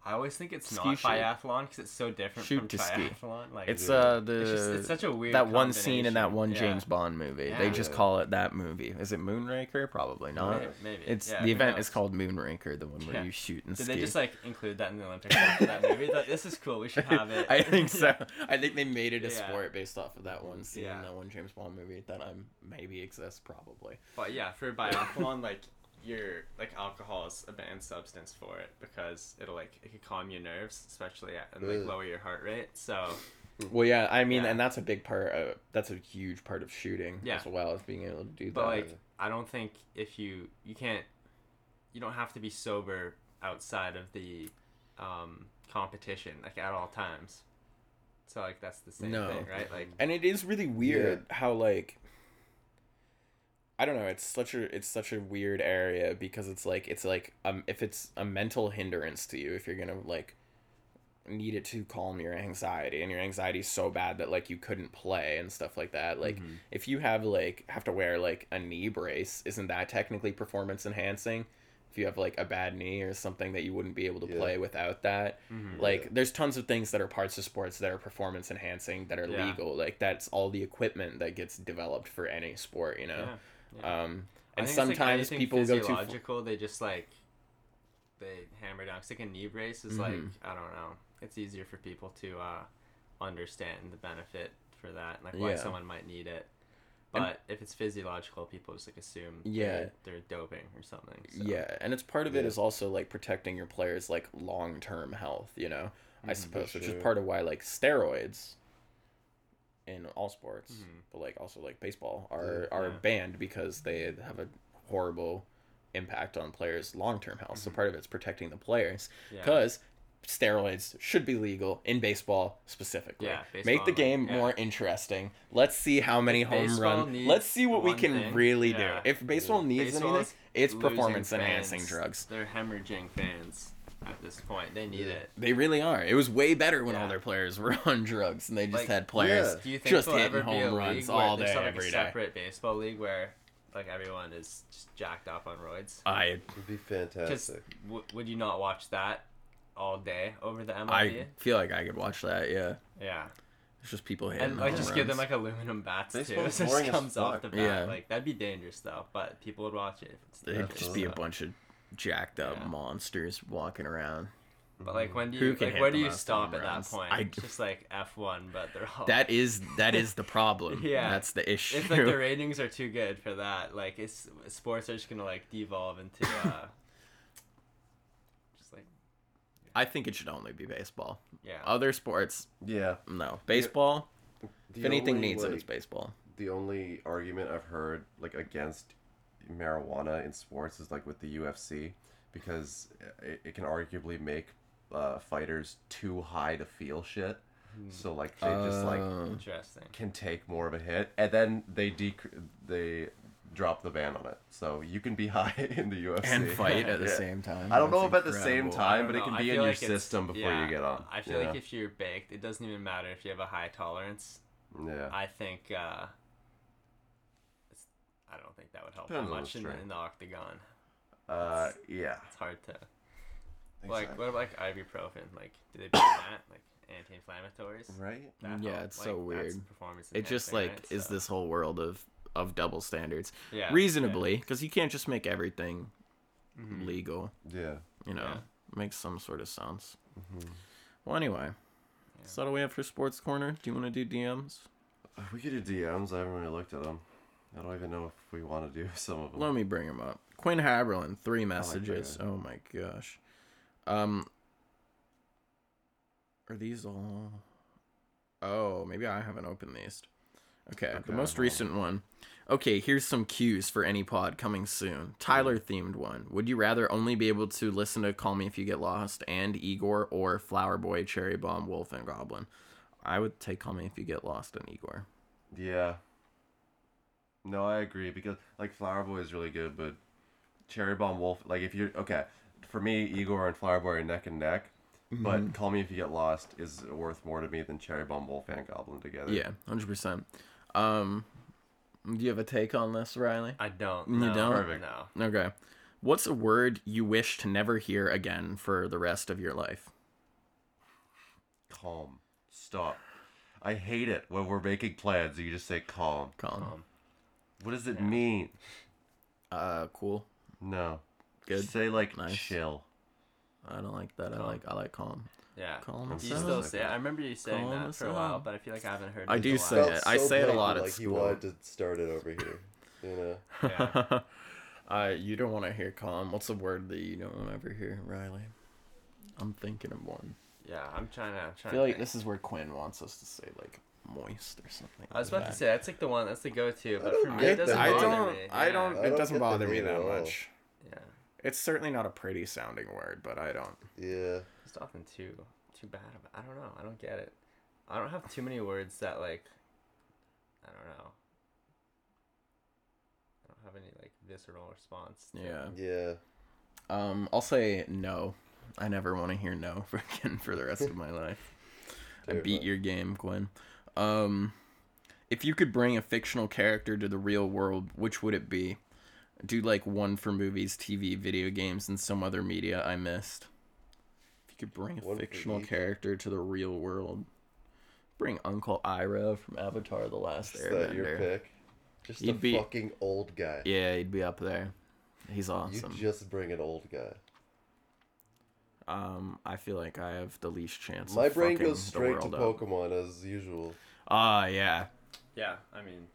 [SPEAKER 2] I always think it's
[SPEAKER 3] Ski
[SPEAKER 2] not
[SPEAKER 3] shoot.
[SPEAKER 2] biathlon because it's so different
[SPEAKER 3] Shoot
[SPEAKER 2] from
[SPEAKER 3] to ski.
[SPEAKER 2] triathlon. Like
[SPEAKER 3] It's
[SPEAKER 1] Yeah.
[SPEAKER 3] uh the
[SPEAKER 2] it's just it's such a weird
[SPEAKER 3] that one scene in that one
[SPEAKER 2] combination.
[SPEAKER 3] James Bond movie. They
[SPEAKER 2] Yeah.
[SPEAKER 3] just
[SPEAKER 1] Yeah.
[SPEAKER 3] call it that movie. Is it Moonraker? Probably not.
[SPEAKER 2] Maybe, maybe.
[SPEAKER 3] It's
[SPEAKER 2] Yeah,
[SPEAKER 3] the
[SPEAKER 2] who
[SPEAKER 3] event
[SPEAKER 2] knows?
[SPEAKER 3] is called Moonraker, the one where
[SPEAKER 2] Yeah.
[SPEAKER 3] you shoot and
[SPEAKER 2] Did
[SPEAKER 3] ski.
[SPEAKER 2] they just like include that in the Olympics after that movie? Like, this is cool. We should have it.
[SPEAKER 3] I think so. I think they made it a
[SPEAKER 2] Yeah.
[SPEAKER 3] sport based off of that one scene
[SPEAKER 2] Yeah.
[SPEAKER 3] in that one James Bond movie that I'm maybe exists probably.
[SPEAKER 2] But yeah, for biathlon, like your like alcohol is a banned substance for it because it'll like it could calm your nerves, especially at, and
[SPEAKER 1] Ugh.
[SPEAKER 2] like lower your heart rate. So
[SPEAKER 3] Well, yeah, I mean,
[SPEAKER 2] Yeah.
[SPEAKER 3] and that's a big part. Of, that's a huge part of shooting
[SPEAKER 2] Yeah.
[SPEAKER 3] as well as being able to do
[SPEAKER 2] But
[SPEAKER 3] that.
[SPEAKER 2] like, I don't think if you you can't, you don't have to be sober outside of the um, competition like at all times. So like that's the same
[SPEAKER 3] No.
[SPEAKER 2] thing, right? Like
[SPEAKER 3] and it is really weird how like i don't know it's such a it's such a weird area because it's like it's like um if it's a mental hindrance to you if you're gonna like need it to calm your anxiety and your anxiety is so bad that like you couldn't play and stuff like that like if you have like have to wear like a knee brace isn't that technically performance enhancing if you have like a bad knee or something that you wouldn't be able to
[SPEAKER 1] Yeah.
[SPEAKER 3] play without that
[SPEAKER 2] mm-hmm.
[SPEAKER 3] like there's tons of things that are parts of sports that are performance enhancing that are
[SPEAKER 2] Yeah.
[SPEAKER 3] legal like that's all the equipment that gets developed for any sport you know
[SPEAKER 2] yeah.
[SPEAKER 3] um
[SPEAKER 2] I
[SPEAKER 3] and
[SPEAKER 2] think it's, like,
[SPEAKER 3] sometimes
[SPEAKER 2] anything
[SPEAKER 3] people go too f-
[SPEAKER 2] physiological. They just like they hammer down. It's like a knee brace is like
[SPEAKER 3] Mhm.
[SPEAKER 2] I don't know. It's easier for people to uh, understand the benefit for that, and, like why
[SPEAKER 3] Yeah.
[SPEAKER 2] someone might need it. But
[SPEAKER 3] And-
[SPEAKER 2] if it's physiological, people just like assume
[SPEAKER 3] Yeah.
[SPEAKER 2] they're, they're doping or something. so.
[SPEAKER 3] yeah and it's part of it
[SPEAKER 1] Yeah.
[SPEAKER 3] is also like protecting your players like long-term health you know i
[SPEAKER 2] Mm-hmm,
[SPEAKER 3] suppose which
[SPEAKER 1] sure.
[SPEAKER 3] is part of why like steroids in all sports
[SPEAKER 2] Mhm.
[SPEAKER 3] but like also like baseball are are
[SPEAKER 2] Mm, yeah.
[SPEAKER 3] banned because they have a horrible impact on players long-term health so part of it's protecting the players
[SPEAKER 2] Mm-hmm. Yeah.
[SPEAKER 3] because steroids should be legal in baseball specifically.
[SPEAKER 2] Yeah,
[SPEAKER 3] Make
[SPEAKER 2] baseball,
[SPEAKER 3] the game
[SPEAKER 2] yeah.
[SPEAKER 3] more interesting. Let's see how many
[SPEAKER 2] If
[SPEAKER 3] home
[SPEAKER 2] baseball
[SPEAKER 3] runs.
[SPEAKER 2] needs
[SPEAKER 3] Let's see what we
[SPEAKER 2] one
[SPEAKER 3] can
[SPEAKER 2] thing,
[SPEAKER 3] really
[SPEAKER 2] yeah.
[SPEAKER 3] do. If baseball needs
[SPEAKER 2] Baseball
[SPEAKER 3] anything,
[SPEAKER 2] is
[SPEAKER 3] it's
[SPEAKER 2] losing
[SPEAKER 3] performance enhancing
[SPEAKER 2] fans.
[SPEAKER 3] drugs.
[SPEAKER 2] They're hemorrhaging fans at this point. They need it.
[SPEAKER 3] They really are. It was way better when all
[SPEAKER 2] Yeah.
[SPEAKER 3] their players were on drugs and they just
[SPEAKER 2] Like,
[SPEAKER 3] had players
[SPEAKER 1] yeah.
[SPEAKER 2] Do you think
[SPEAKER 3] just
[SPEAKER 2] there'll
[SPEAKER 3] hitting
[SPEAKER 2] ever be a
[SPEAKER 3] home runs
[SPEAKER 2] league where
[SPEAKER 3] all
[SPEAKER 2] there's
[SPEAKER 3] day
[SPEAKER 2] like
[SPEAKER 3] every day.
[SPEAKER 2] a separate baseball league where like everyone is just jacked up on roids?
[SPEAKER 1] Uh,
[SPEAKER 3] I
[SPEAKER 1] It'd be
[SPEAKER 2] Because
[SPEAKER 1] fantastic.
[SPEAKER 2] w- would you not watch that all day over the MLB?
[SPEAKER 3] I feel like I could watch that. Yeah,
[SPEAKER 2] yeah,
[SPEAKER 3] it's just people hitting
[SPEAKER 2] and like
[SPEAKER 3] home
[SPEAKER 2] just give them
[SPEAKER 3] runs.
[SPEAKER 2] like aluminum bats too.
[SPEAKER 1] Baseball's
[SPEAKER 2] So
[SPEAKER 1] boring
[SPEAKER 2] it
[SPEAKER 1] as
[SPEAKER 2] comes off
[SPEAKER 1] fuck.
[SPEAKER 2] the bat.
[SPEAKER 3] Yeah.
[SPEAKER 2] Like that'd be dangerous though, but people would watch it. If it's
[SPEAKER 3] It'd just be a
[SPEAKER 1] Yeah.
[SPEAKER 3] bunch of jacked up
[SPEAKER 2] Yeah.
[SPEAKER 3] monsters walking around.
[SPEAKER 2] But like when do
[SPEAKER 3] Who
[SPEAKER 2] you
[SPEAKER 3] can
[SPEAKER 2] like
[SPEAKER 3] hit
[SPEAKER 2] where
[SPEAKER 3] the
[SPEAKER 2] do you
[SPEAKER 3] most
[SPEAKER 2] stop
[SPEAKER 3] home
[SPEAKER 2] at that
[SPEAKER 3] runs?
[SPEAKER 2] point?
[SPEAKER 3] I-
[SPEAKER 2] It's just like F one, but they're all
[SPEAKER 3] That is that is the problem.
[SPEAKER 2] Yeah.
[SPEAKER 3] that's the issue.
[SPEAKER 2] if like the ratings are too good for that, like it's sports are just gonna like devolve into uh just like
[SPEAKER 3] I think it should only be baseball.
[SPEAKER 2] yeah.
[SPEAKER 3] Other sports,
[SPEAKER 1] yeah.
[SPEAKER 3] no. Baseball,
[SPEAKER 1] The
[SPEAKER 3] if anything
[SPEAKER 1] only,
[SPEAKER 3] needs it,
[SPEAKER 1] like,
[SPEAKER 3] it's baseball.
[SPEAKER 1] the only argument I've heard like against marijuana in sports is like with the UFC because it, it can arguably make uh, fighters too high to feel shit. So like they just like
[SPEAKER 3] Uh,
[SPEAKER 2] Interesting.
[SPEAKER 1] can take more of a hit, and then they dec- they drop the ban on it. So you can be high in the UFC
[SPEAKER 3] and fight at the
[SPEAKER 1] Yeah.
[SPEAKER 3] same time.
[SPEAKER 1] I don't know
[SPEAKER 3] That's
[SPEAKER 1] if at the same
[SPEAKER 3] incredible.
[SPEAKER 2] I
[SPEAKER 1] time,
[SPEAKER 2] don't
[SPEAKER 1] but it
[SPEAKER 2] know.
[SPEAKER 1] can
[SPEAKER 2] I
[SPEAKER 1] be in
[SPEAKER 2] feel
[SPEAKER 1] your
[SPEAKER 2] like it's-
[SPEAKER 1] system before
[SPEAKER 2] yeah,
[SPEAKER 1] you get on.
[SPEAKER 2] I feel
[SPEAKER 1] yeah.
[SPEAKER 2] like if you're baked, it doesn't even matter if you have a high tolerance.
[SPEAKER 1] yeah.
[SPEAKER 2] I think uh, it's, I don't think that would help
[SPEAKER 1] Depends
[SPEAKER 2] that
[SPEAKER 1] on the
[SPEAKER 2] much in, the-
[SPEAKER 1] strain.
[SPEAKER 2] in the octagon.
[SPEAKER 1] Uh, yeah.
[SPEAKER 2] It's hard to like.
[SPEAKER 1] Exactly.
[SPEAKER 2] What about like ibuprofen? Like, do they ban that? Like anti-inflammatories?
[SPEAKER 1] right?
[SPEAKER 2] That
[SPEAKER 3] Yeah,
[SPEAKER 2] help-
[SPEAKER 3] it's so
[SPEAKER 2] like, that's
[SPEAKER 3] weird.
[SPEAKER 2] Performance.
[SPEAKER 3] It just
[SPEAKER 2] enhancing,
[SPEAKER 3] like
[SPEAKER 2] right?
[SPEAKER 3] is
[SPEAKER 2] So-
[SPEAKER 3] this whole world of of double standards.
[SPEAKER 2] Yeah,
[SPEAKER 3] Reasonably, because you can't just make everything legal.
[SPEAKER 1] Mm-hmm. Yeah. Mm-hmm.
[SPEAKER 3] You know,
[SPEAKER 2] Yeah.
[SPEAKER 3] makes some sort of sense. Well, anyway, is that all we have for sports corner? Do you want to do DMs?
[SPEAKER 1] We could do DMs. I haven't really looked at them. I don't even know if we want to do some of them.
[SPEAKER 3] Let me bring him up. Quinn Haberlin,
[SPEAKER 1] that
[SPEAKER 3] three messages.
[SPEAKER 1] guy.
[SPEAKER 3] oh my gosh. Um, are these all? Oh, maybe I haven't opened these. Okay,
[SPEAKER 1] Okay,
[SPEAKER 3] the most
[SPEAKER 1] hold on.
[SPEAKER 3] recent one. Okay, here's some cues for any pod coming soon. Tyler themed one. Would you rather only be able to listen to Call Me If You Get Lost and Igor or Flower Boy, Cherry Bomb, Wolf, and Goblin? I would take Call Me If You Get Lost and Igor.
[SPEAKER 1] Yeah. No, I agree because like Flower Boy is really good, but Cherry Bomb Wolf, like if you're okay, for me Igor and Flower Boy are neck and neck.
[SPEAKER 3] Mm-hmm.
[SPEAKER 1] But Call Me If You Get Lost is worth more to me than Cherry Bomb Wolf and Goblin together.
[SPEAKER 3] Yeah, 100%. Um, do you have a take on this, Riley?
[SPEAKER 2] I don't.
[SPEAKER 3] You
[SPEAKER 2] No,
[SPEAKER 3] don't?
[SPEAKER 1] Perfect.
[SPEAKER 2] No.
[SPEAKER 3] Okay. What's a word you wish to never hear again for the rest of your life?
[SPEAKER 1] Calm. Stop. I hate it when we're making plans and you just say calm.
[SPEAKER 3] Colin.
[SPEAKER 1] What does it mean?
[SPEAKER 3] Uh, cool.
[SPEAKER 1] No.
[SPEAKER 3] Good.
[SPEAKER 1] Say like
[SPEAKER 3] Nice.
[SPEAKER 1] chill.
[SPEAKER 3] I don't like that. I like I like calm.
[SPEAKER 2] Yeah.
[SPEAKER 3] Calm
[SPEAKER 2] Do you
[SPEAKER 3] us
[SPEAKER 2] still
[SPEAKER 1] down.
[SPEAKER 2] say? I remember you saying
[SPEAKER 3] Calm
[SPEAKER 2] that
[SPEAKER 3] us
[SPEAKER 2] for a while,
[SPEAKER 3] down.
[SPEAKER 2] but I feel like I haven't heard.
[SPEAKER 3] I
[SPEAKER 2] it in
[SPEAKER 3] do
[SPEAKER 2] a
[SPEAKER 3] say
[SPEAKER 2] while.
[SPEAKER 3] it. I say it a lot at
[SPEAKER 1] Like he
[SPEAKER 3] school.
[SPEAKER 1] wanted to start it over here. You know.
[SPEAKER 2] Yeah.
[SPEAKER 3] Uh, you don't want to hear calm. What's a word that you don't want to ever hear, Riley? I'm thinking of one.
[SPEAKER 2] Yeah, I'm trying to. I'm
[SPEAKER 3] I feel
[SPEAKER 2] trying to
[SPEAKER 3] like
[SPEAKER 2] think.
[SPEAKER 3] this is where Quinn wants us to say like moist or something.
[SPEAKER 2] I was
[SPEAKER 3] like
[SPEAKER 2] about to
[SPEAKER 3] that.
[SPEAKER 2] say that's like the one. That's the go-to, but for
[SPEAKER 1] don't
[SPEAKER 2] me it
[SPEAKER 1] get
[SPEAKER 2] doesn't
[SPEAKER 1] that.
[SPEAKER 3] I
[SPEAKER 2] bother
[SPEAKER 3] don't.
[SPEAKER 2] me.
[SPEAKER 3] I
[SPEAKER 2] Yeah.
[SPEAKER 3] don't.
[SPEAKER 1] I
[SPEAKER 3] It
[SPEAKER 1] don't get
[SPEAKER 3] doesn't
[SPEAKER 1] the
[SPEAKER 3] bother me
[SPEAKER 1] hate at
[SPEAKER 3] that
[SPEAKER 1] all.
[SPEAKER 3] much.
[SPEAKER 2] Yeah.
[SPEAKER 3] It's certainly not a pretty sounding word, but I don't.
[SPEAKER 1] Yeah.
[SPEAKER 2] It's often too too bad. About, I don't know. I don't get it. I don't have too many words that like. I don't know. I don't have any like visceral response. to-
[SPEAKER 3] Yeah.
[SPEAKER 1] Yeah.
[SPEAKER 3] Um, I'll say no. I never want to hear no for again for the rest of my life. I
[SPEAKER 1] Fair
[SPEAKER 3] beat
[SPEAKER 1] enough.
[SPEAKER 3] your game, Quinn. Um, if you could bring a fictional character to the real world, which would it be? Do like one for movies, TV, video games, and some other media I missed. If you could bring a
[SPEAKER 1] One for
[SPEAKER 3] fictional
[SPEAKER 1] each.
[SPEAKER 3] character to the real world, bring Uncle Ira from Avatar: The Last
[SPEAKER 1] Is
[SPEAKER 3] Airbender.
[SPEAKER 1] that your pick? Just
[SPEAKER 3] You'd
[SPEAKER 1] a
[SPEAKER 3] be-
[SPEAKER 1] fucking old guy.
[SPEAKER 3] Yeah, he'd be up there. He's
[SPEAKER 1] you
[SPEAKER 3] awesome.
[SPEAKER 1] just bring an old guy.
[SPEAKER 3] Um, I feel like I have the least chance.
[SPEAKER 1] My
[SPEAKER 3] of
[SPEAKER 1] brain
[SPEAKER 3] fucking
[SPEAKER 1] goes
[SPEAKER 3] the
[SPEAKER 1] straight to
[SPEAKER 3] world up.
[SPEAKER 1] Pokemon as usual.
[SPEAKER 3] Ah, yeah,
[SPEAKER 2] Yeah. I mean,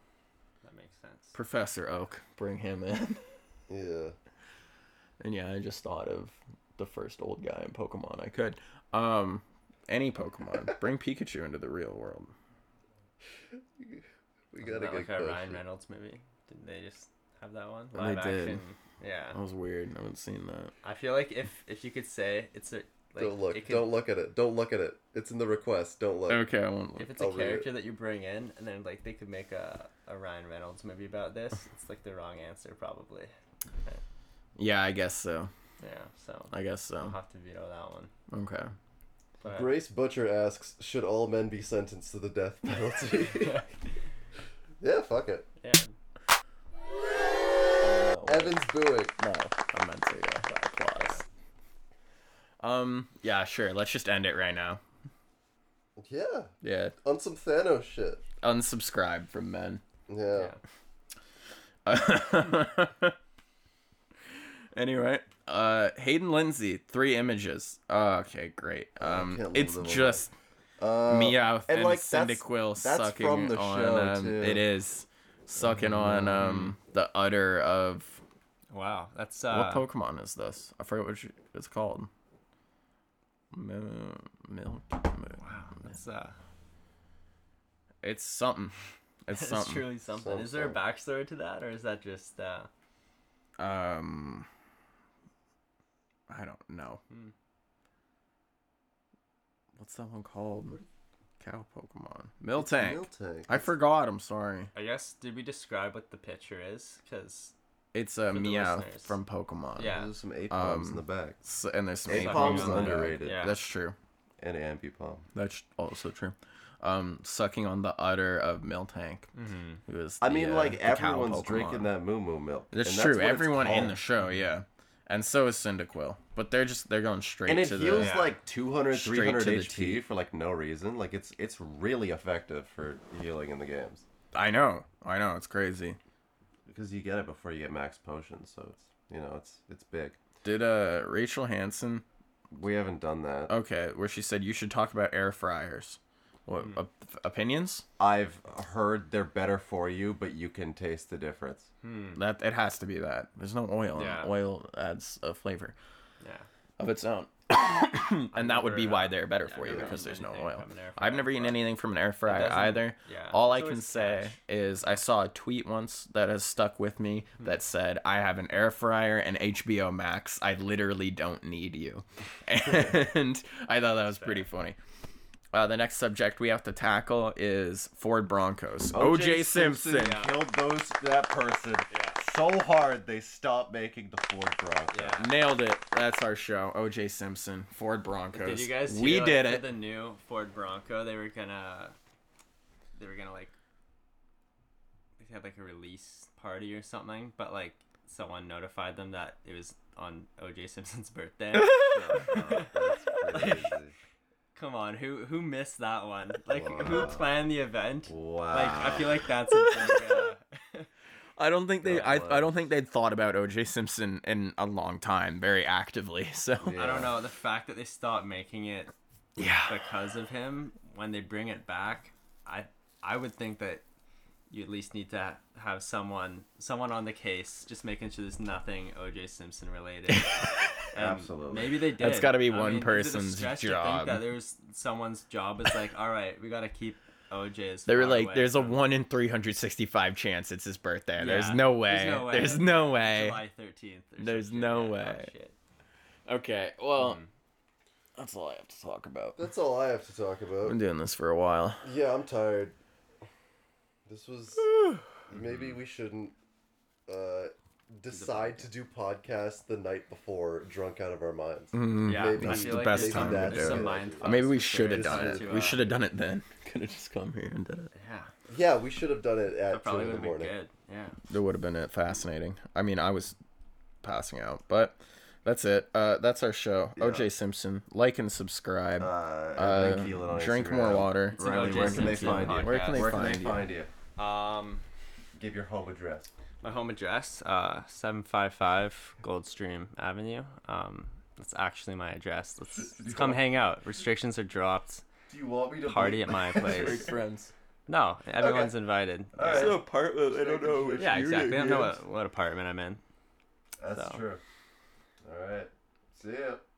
[SPEAKER 2] that makes sense.
[SPEAKER 3] Professor Oak, bring him in.
[SPEAKER 1] Yeah.
[SPEAKER 3] and yeah, I just thought of the first old guy in Pokemon I could. Um, any Pokemon, bring Pikachu into the real world.
[SPEAKER 1] We
[SPEAKER 2] Isn't
[SPEAKER 1] got a
[SPEAKER 2] that
[SPEAKER 1] good
[SPEAKER 2] like a Ryan
[SPEAKER 1] question.
[SPEAKER 2] Reynolds movie? Didn't they just have that one?
[SPEAKER 3] They
[SPEAKER 2] Live
[SPEAKER 3] did. Oh.
[SPEAKER 2] action. Yeah.
[SPEAKER 3] That was weird. I haven't seen that.
[SPEAKER 2] I feel like if if you could say it's a like
[SPEAKER 1] don't look.
[SPEAKER 2] it could-
[SPEAKER 1] Don't look at it. Don't look at it. It's in the request. Don't look.
[SPEAKER 3] Okay, I won't.
[SPEAKER 2] If
[SPEAKER 3] Look.
[SPEAKER 2] it's a
[SPEAKER 1] I'll read it.
[SPEAKER 2] character that you bring in, and then like they could make a, a Ryan Reynolds movie about this, it's like the wrong answer probably.
[SPEAKER 3] Yeah, I guess so.
[SPEAKER 2] Yeah, so
[SPEAKER 3] I guess
[SPEAKER 2] I'll
[SPEAKER 3] so.
[SPEAKER 2] have to veto that one.
[SPEAKER 3] Okay.
[SPEAKER 2] But
[SPEAKER 1] Grace Butcher asks, "Should all men be sentenced to the death penalty?" yeah, fuck it.
[SPEAKER 2] yeah,
[SPEAKER 1] Evans booing.
[SPEAKER 3] No, I meant to. Yeah, that applause. Um. Yeah. Sure. Let's just end it right now.
[SPEAKER 1] Yeah,
[SPEAKER 3] Yeah.
[SPEAKER 1] on some Thanos shit.
[SPEAKER 3] Unsubscribe from men.
[SPEAKER 1] Yeah.
[SPEAKER 2] yeah.
[SPEAKER 3] anyway, uh, Hayden Lindsay, three images. Oh, okay, great.
[SPEAKER 1] can't
[SPEAKER 3] Um,
[SPEAKER 1] live
[SPEAKER 3] it's
[SPEAKER 1] with them
[SPEAKER 3] just
[SPEAKER 1] Uh,
[SPEAKER 3] Meowth and,
[SPEAKER 1] and, like, that's-
[SPEAKER 3] Cyndaquil
[SPEAKER 1] that's
[SPEAKER 3] sucking
[SPEAKER 1] from the
[SPEAKER 3] on.
[SPEAKER 1] show,
[SPEAKER 3] um,
[SPEAKER 1] too. Mm.
[SPEAKER 3] It is sucking on um the udder of
[SPEAKER 2] Wow, that's uh,
[SPEAKER 3] what Pokemon is this? I forget what you- it's called. Mo- Milk. Mo-
[SPEAKER 2] that's uh,
[SPEAKER 3] It's something. It's
[SPEAKER 2] That's
[SPEAKER 3] something.
[SPEAKER 2] truly something. Is there a backstory to that, or is that just uh,
[SPEAKER 3] Um, I don't know.
[SPEAKER 2] Hmm.
[SPEAKER 3] What's that one called? Cow Pokemon. Miltank.
[SPEAKER 1] Miltank.
[SPEAKER 3] I forgot. I'm sorry.
[SPEAKER 2] I guess did we describe what the picture is? Because
[SPEAKER 3] It's a
[SPEAKER 2] For the
[SPEAKER 3] Meowth
[SPEAKER 2] listeners.
[SPEAKER 3] from Pokemon.
[SPEAKER 2] Yeah.
[SPEAKER 1] There's some eight palms
[SPEAKER 3] Um,
[SPEAKER 1] in the back.
[SPEAKER 3] S- and there's some
[SPEAKER 1] Napalm's
[SPEAKER 3] Napalm's on the
[SPEAKER 1] underrated.
[SPEAKER 3] back.
[SPEAKER 2] Yeah.
[SPEAKER 3] That's true.
[SPEAKER 1] And Ambipom.
[SPEAKER 3] That's also true. Um, sucking on the udder of Miltank.
[SPEAKER 2] mm-hmm.
[SPEAKER 3] Who is
[SPEAKER 1] I
[SPEAKER 3] the,
[SPEAKER 1] mean,
[SPEAKER 3] uh,
[SPEAKER 1] like
[SPEAKER 3] the cow
[SPEAKER 1] everyone's
[SPEAKER 3] Pokemon.
[SPEAKER 1] drinking that moo moo milk.
[SPEAKER 3] That's
[SPEAKER 1] and
[SPEAKER 3] true.
[SPEAKER 1] what it's
[SPEAKER 3] Everyone in the
[SPEAKER 1] called.
[SPEAKER 3] show, yeah, and so is Cyndaquil, but they're just they're going straight
[SPEAKER 1] and it
[SPEAKER 3] to
[SPEAKER 1] heals
[SPEAKER 3] the.
[SPEAKER 2] Yeah.
[SPEAKER 1] like 200
[SPEAKER 3] Straight
[SPEAKER 1] 300
[SPEAKER 3] to the
[SPEAKER 1] hp
[SPEAKER 3] teeth.
[SPEAKER 1] for like no reason like it's it's really effective for healing in the games
[SPEAKER 3] I know, I know, it's crazy.
[SPEAKER 1] because you get it before you get max potions so it's you know it's it's big
[SPEAKER 3] Did uh Rachel Hansen?
[SPEAKER 1] we haven't done that
[SPEAKER 3] Okay, where she said you should talk about air fryers. What op- opinions?
[SPEAKER 1] i've heard they're better for you but you can taste the difference
[SPEAKER 3] That it has to be that. There's no oil. in it.
[SPEAKER 2] Yeah.
[SPEAKER 3] Oil adds a flavor
[SPEAKER 2] Yeah.
[SPEAKER 3] of its own. and that would be
[SPEAKER 2] never,
[SPEAKER 3] why
[SPEAKER 2] uh,
[SPEAKER 3] they're better
[SPEAKER 2] yeah,
[SPEAKER 3] for you
[SPEAKER 2] never
[SPEAKER 3] because
[SPEAKER 2] eaten
[SPEAKER 3] there's no
[SPEAKER 2] anything
[SPEAKER 3] oil.
[SPEAKER 2] from an air
[SPEAKER 3] I've
[SPEAKER 2] fryer
[SPEAKER 3] never eaten
[SPEAKER 2] before.
[SPEAKER 3] anything from an air fryer
[SPEAKER 2] doesn't-
[SPEAKER 3] either.
[SPEAKER 2] yeah,
[SPEAKER 3] All I
[SPEAKER 2] it's
[SPEAKER 3] can
[SPEAKER 2] always
[SPEAKER 3] say
[SPEAKER 2] trash.
[SPEAKER 3] is I saw a tweet once that has stuck with me
[SPEAKER 2] Hmm.
[SPEAKER 3] that said, "I have an air fryer and HBO Max. I literally don't need you," and I thought that was pretty funny. Uh, the next subject we have to tackle is Ford Broncos. OJ Simpson.
[SPEAKER 1] killed those that person so hard they stopped making the ford bronco
[SPEAKER 2] Yeah.
[SPEAKER 3] Nailed it. That's our show. OJ Simpson, Ford Broncos.
[SPEAKER 2] Did you guys?
[SPEAKER 3] we
[SPEAKER 2] hear, like,
[SPEAKER 3] did
[SPEAKER 2] for
[SPEAKER 3] it.
[SPEAKER 2] The new Ford Bronco. They were gonna. They were gonna like. They had like a release party or something, but like someone notified them that it was on OJ Simpson's birthday.
[SPEAKER 3] Oh,
[SPEAKER 1] Crazy.
[SPEAKER 2] Come on, who who missed that one? Like who
[SPEAKER 1] Wow.
[SPEAKER 2] planned the event?
[SPEAKER 1] wow
[SPEAKER 2] Like I feel like that's a big, uh,
[SPEAKER 3] I don't think they.
[SPEAKER 1] That
[SPEAKER 3] I,
[SPEAKER 1] was-
[SPEAKER 3] I don't think they'd thought about OJ Simpson in a long time, very actively. So
[SPEAKER 1] Yeah.
[SPEAKER 2] I don't know the fact that they stopped making it
[SPEAKER 3] yeah,
[SPEAKER 2] because of him when they bring it back i i would think that you at least need to have someone someone on the case just making sure there's nothing oj simpson related And
[SPEAKER 1] Absolutely.
[SPEAKER 2] maybe they did
[SPEAKER 3] That's gotta be
[SPEAKER 2] I
[SPEAKER 3] one
[SPEAKER 2] mean, is it a
[SPEAKER 3] person's
[SPEAKER 2] stretch to
[SPEAKER 3] job.
[SPEAKER 2] think that there's someone's job was like all right we gotta keep oj's
[SPEAKER 3] they were like, "There's a one in three hundred sixty-five chance it's his birthday. There's
[SPEAKER 2] Yeah.
[SPEAKER 3] no
[SPEAKER 2] There's
[SPEAKER 3] way.
[SPEAKER 2] no way.
[SPEAKER 3] There's no way."
[SPEAKER 2] july 13th or some
[SPEAKER 3] There's
[SPEAKER 2] shit.
[SPEAKER 3] no
[SPEAKER 2] Yeah, oh,
[SPEAKER 3] way.
[SPEAKER 2] shit.
[SPEAKER 3] Okay, well,
[SPEAKER 2] Mm.
[SPEAKER 3] that's all I have to talk about.
[SPEAKER 1] that's all i have to talk about
[SPEAKER 3] I've been doing this for a while.
[SPEAKER 1] Yeah, I'm tired. This was maybe we shouldn't uh, decide to do podcasts the night before, drunk out of our minds.
[SPEAKER 2] yeah
[SPEAKER 1] Mm. Maybe
[SPEAKER 2] I
[SPEAKER 1] it's
[SPEAKER 2] feel
[SPEAKER 1] the
[SPEAKER 2] like
[SPEAKER 1] best
[SPEAKER 2] there's
[SPEAKER 1] time to
[SPEAKER 2] some-
[SPEAKER 1] do
[SPEAKER 2] there's some
[SPEAKER 1] it.
[SPEAKER 2] mind fucks
[SPEAKER 3] Maybe we
[SPEAKER 2] that
[SPEAKER 3] should
[SPEAKER 2] there
[SPEAKER 3] have
[SPEAKER 2] is
[SPEAKER 3] done it.
[SPEAKER 2] to,
[SPEAKER 3] We
[SPEAKER 2] uh,
[SPEAKER 3] should have done it then. Could have just come here and did it.
[SPEAKER 2] yeah
[SPEAKER 1] Yeah, we should have done it
[SPEAKER 2] that
[SPEAKER 1] at two
[SPEAKER 2] probably
[SPEAKER 1] in the
[SPEAKER 2] would be
[SPEAKER 1] morning.
[SPEAKER 2] good yeah
[SPEAKER 3] That would have been it. Fascinating. I mean, I was passing out, but that's it. Uh, that's our show. OJ Simpson. Like and subscribe. Uh, drink more water.
[SPEAKER 2] an
[SPEAKER 1] Riley,
[SPEAKER 2] OJ
[SPEAKER 1] where can they
[SPEAKER 2] Simpson
[SPEAKER 1] find you?
[SPEAKER 2] podcast.
[SPEAKER 3] Where can they
[SPEAKER 1] Where
[SPEAKER 3] find
[SPEAKER 1] can they
[SPEAKER 3] you?
[SPEAKER 1] find you?
[SPEAKER 2] um
[SPEAKER 1] Give your home address.
[SPEAKER 2] My home address, uh, seven five five Goldstream Avenue. Um, that's actually my address. Let's, let's come hang out. Restrictions are dropped.
[SPEAKER 1] Do you want me to
[SPEAKER 2] Party at my place. No, everyone's invited.
[SPEAKER 1] Alright.
[SPEAKER 3] an apartment. I don't know.
[SPEAKER 2] Yeah, exactly. I don't know
[SPEAKER 3] what.
[SPEAKER 2] what, what apartment I'm in.
[SPEAKER 1] That's
[SPEAKER 2] So.
[SPEAKER 1] true. All right. See ya.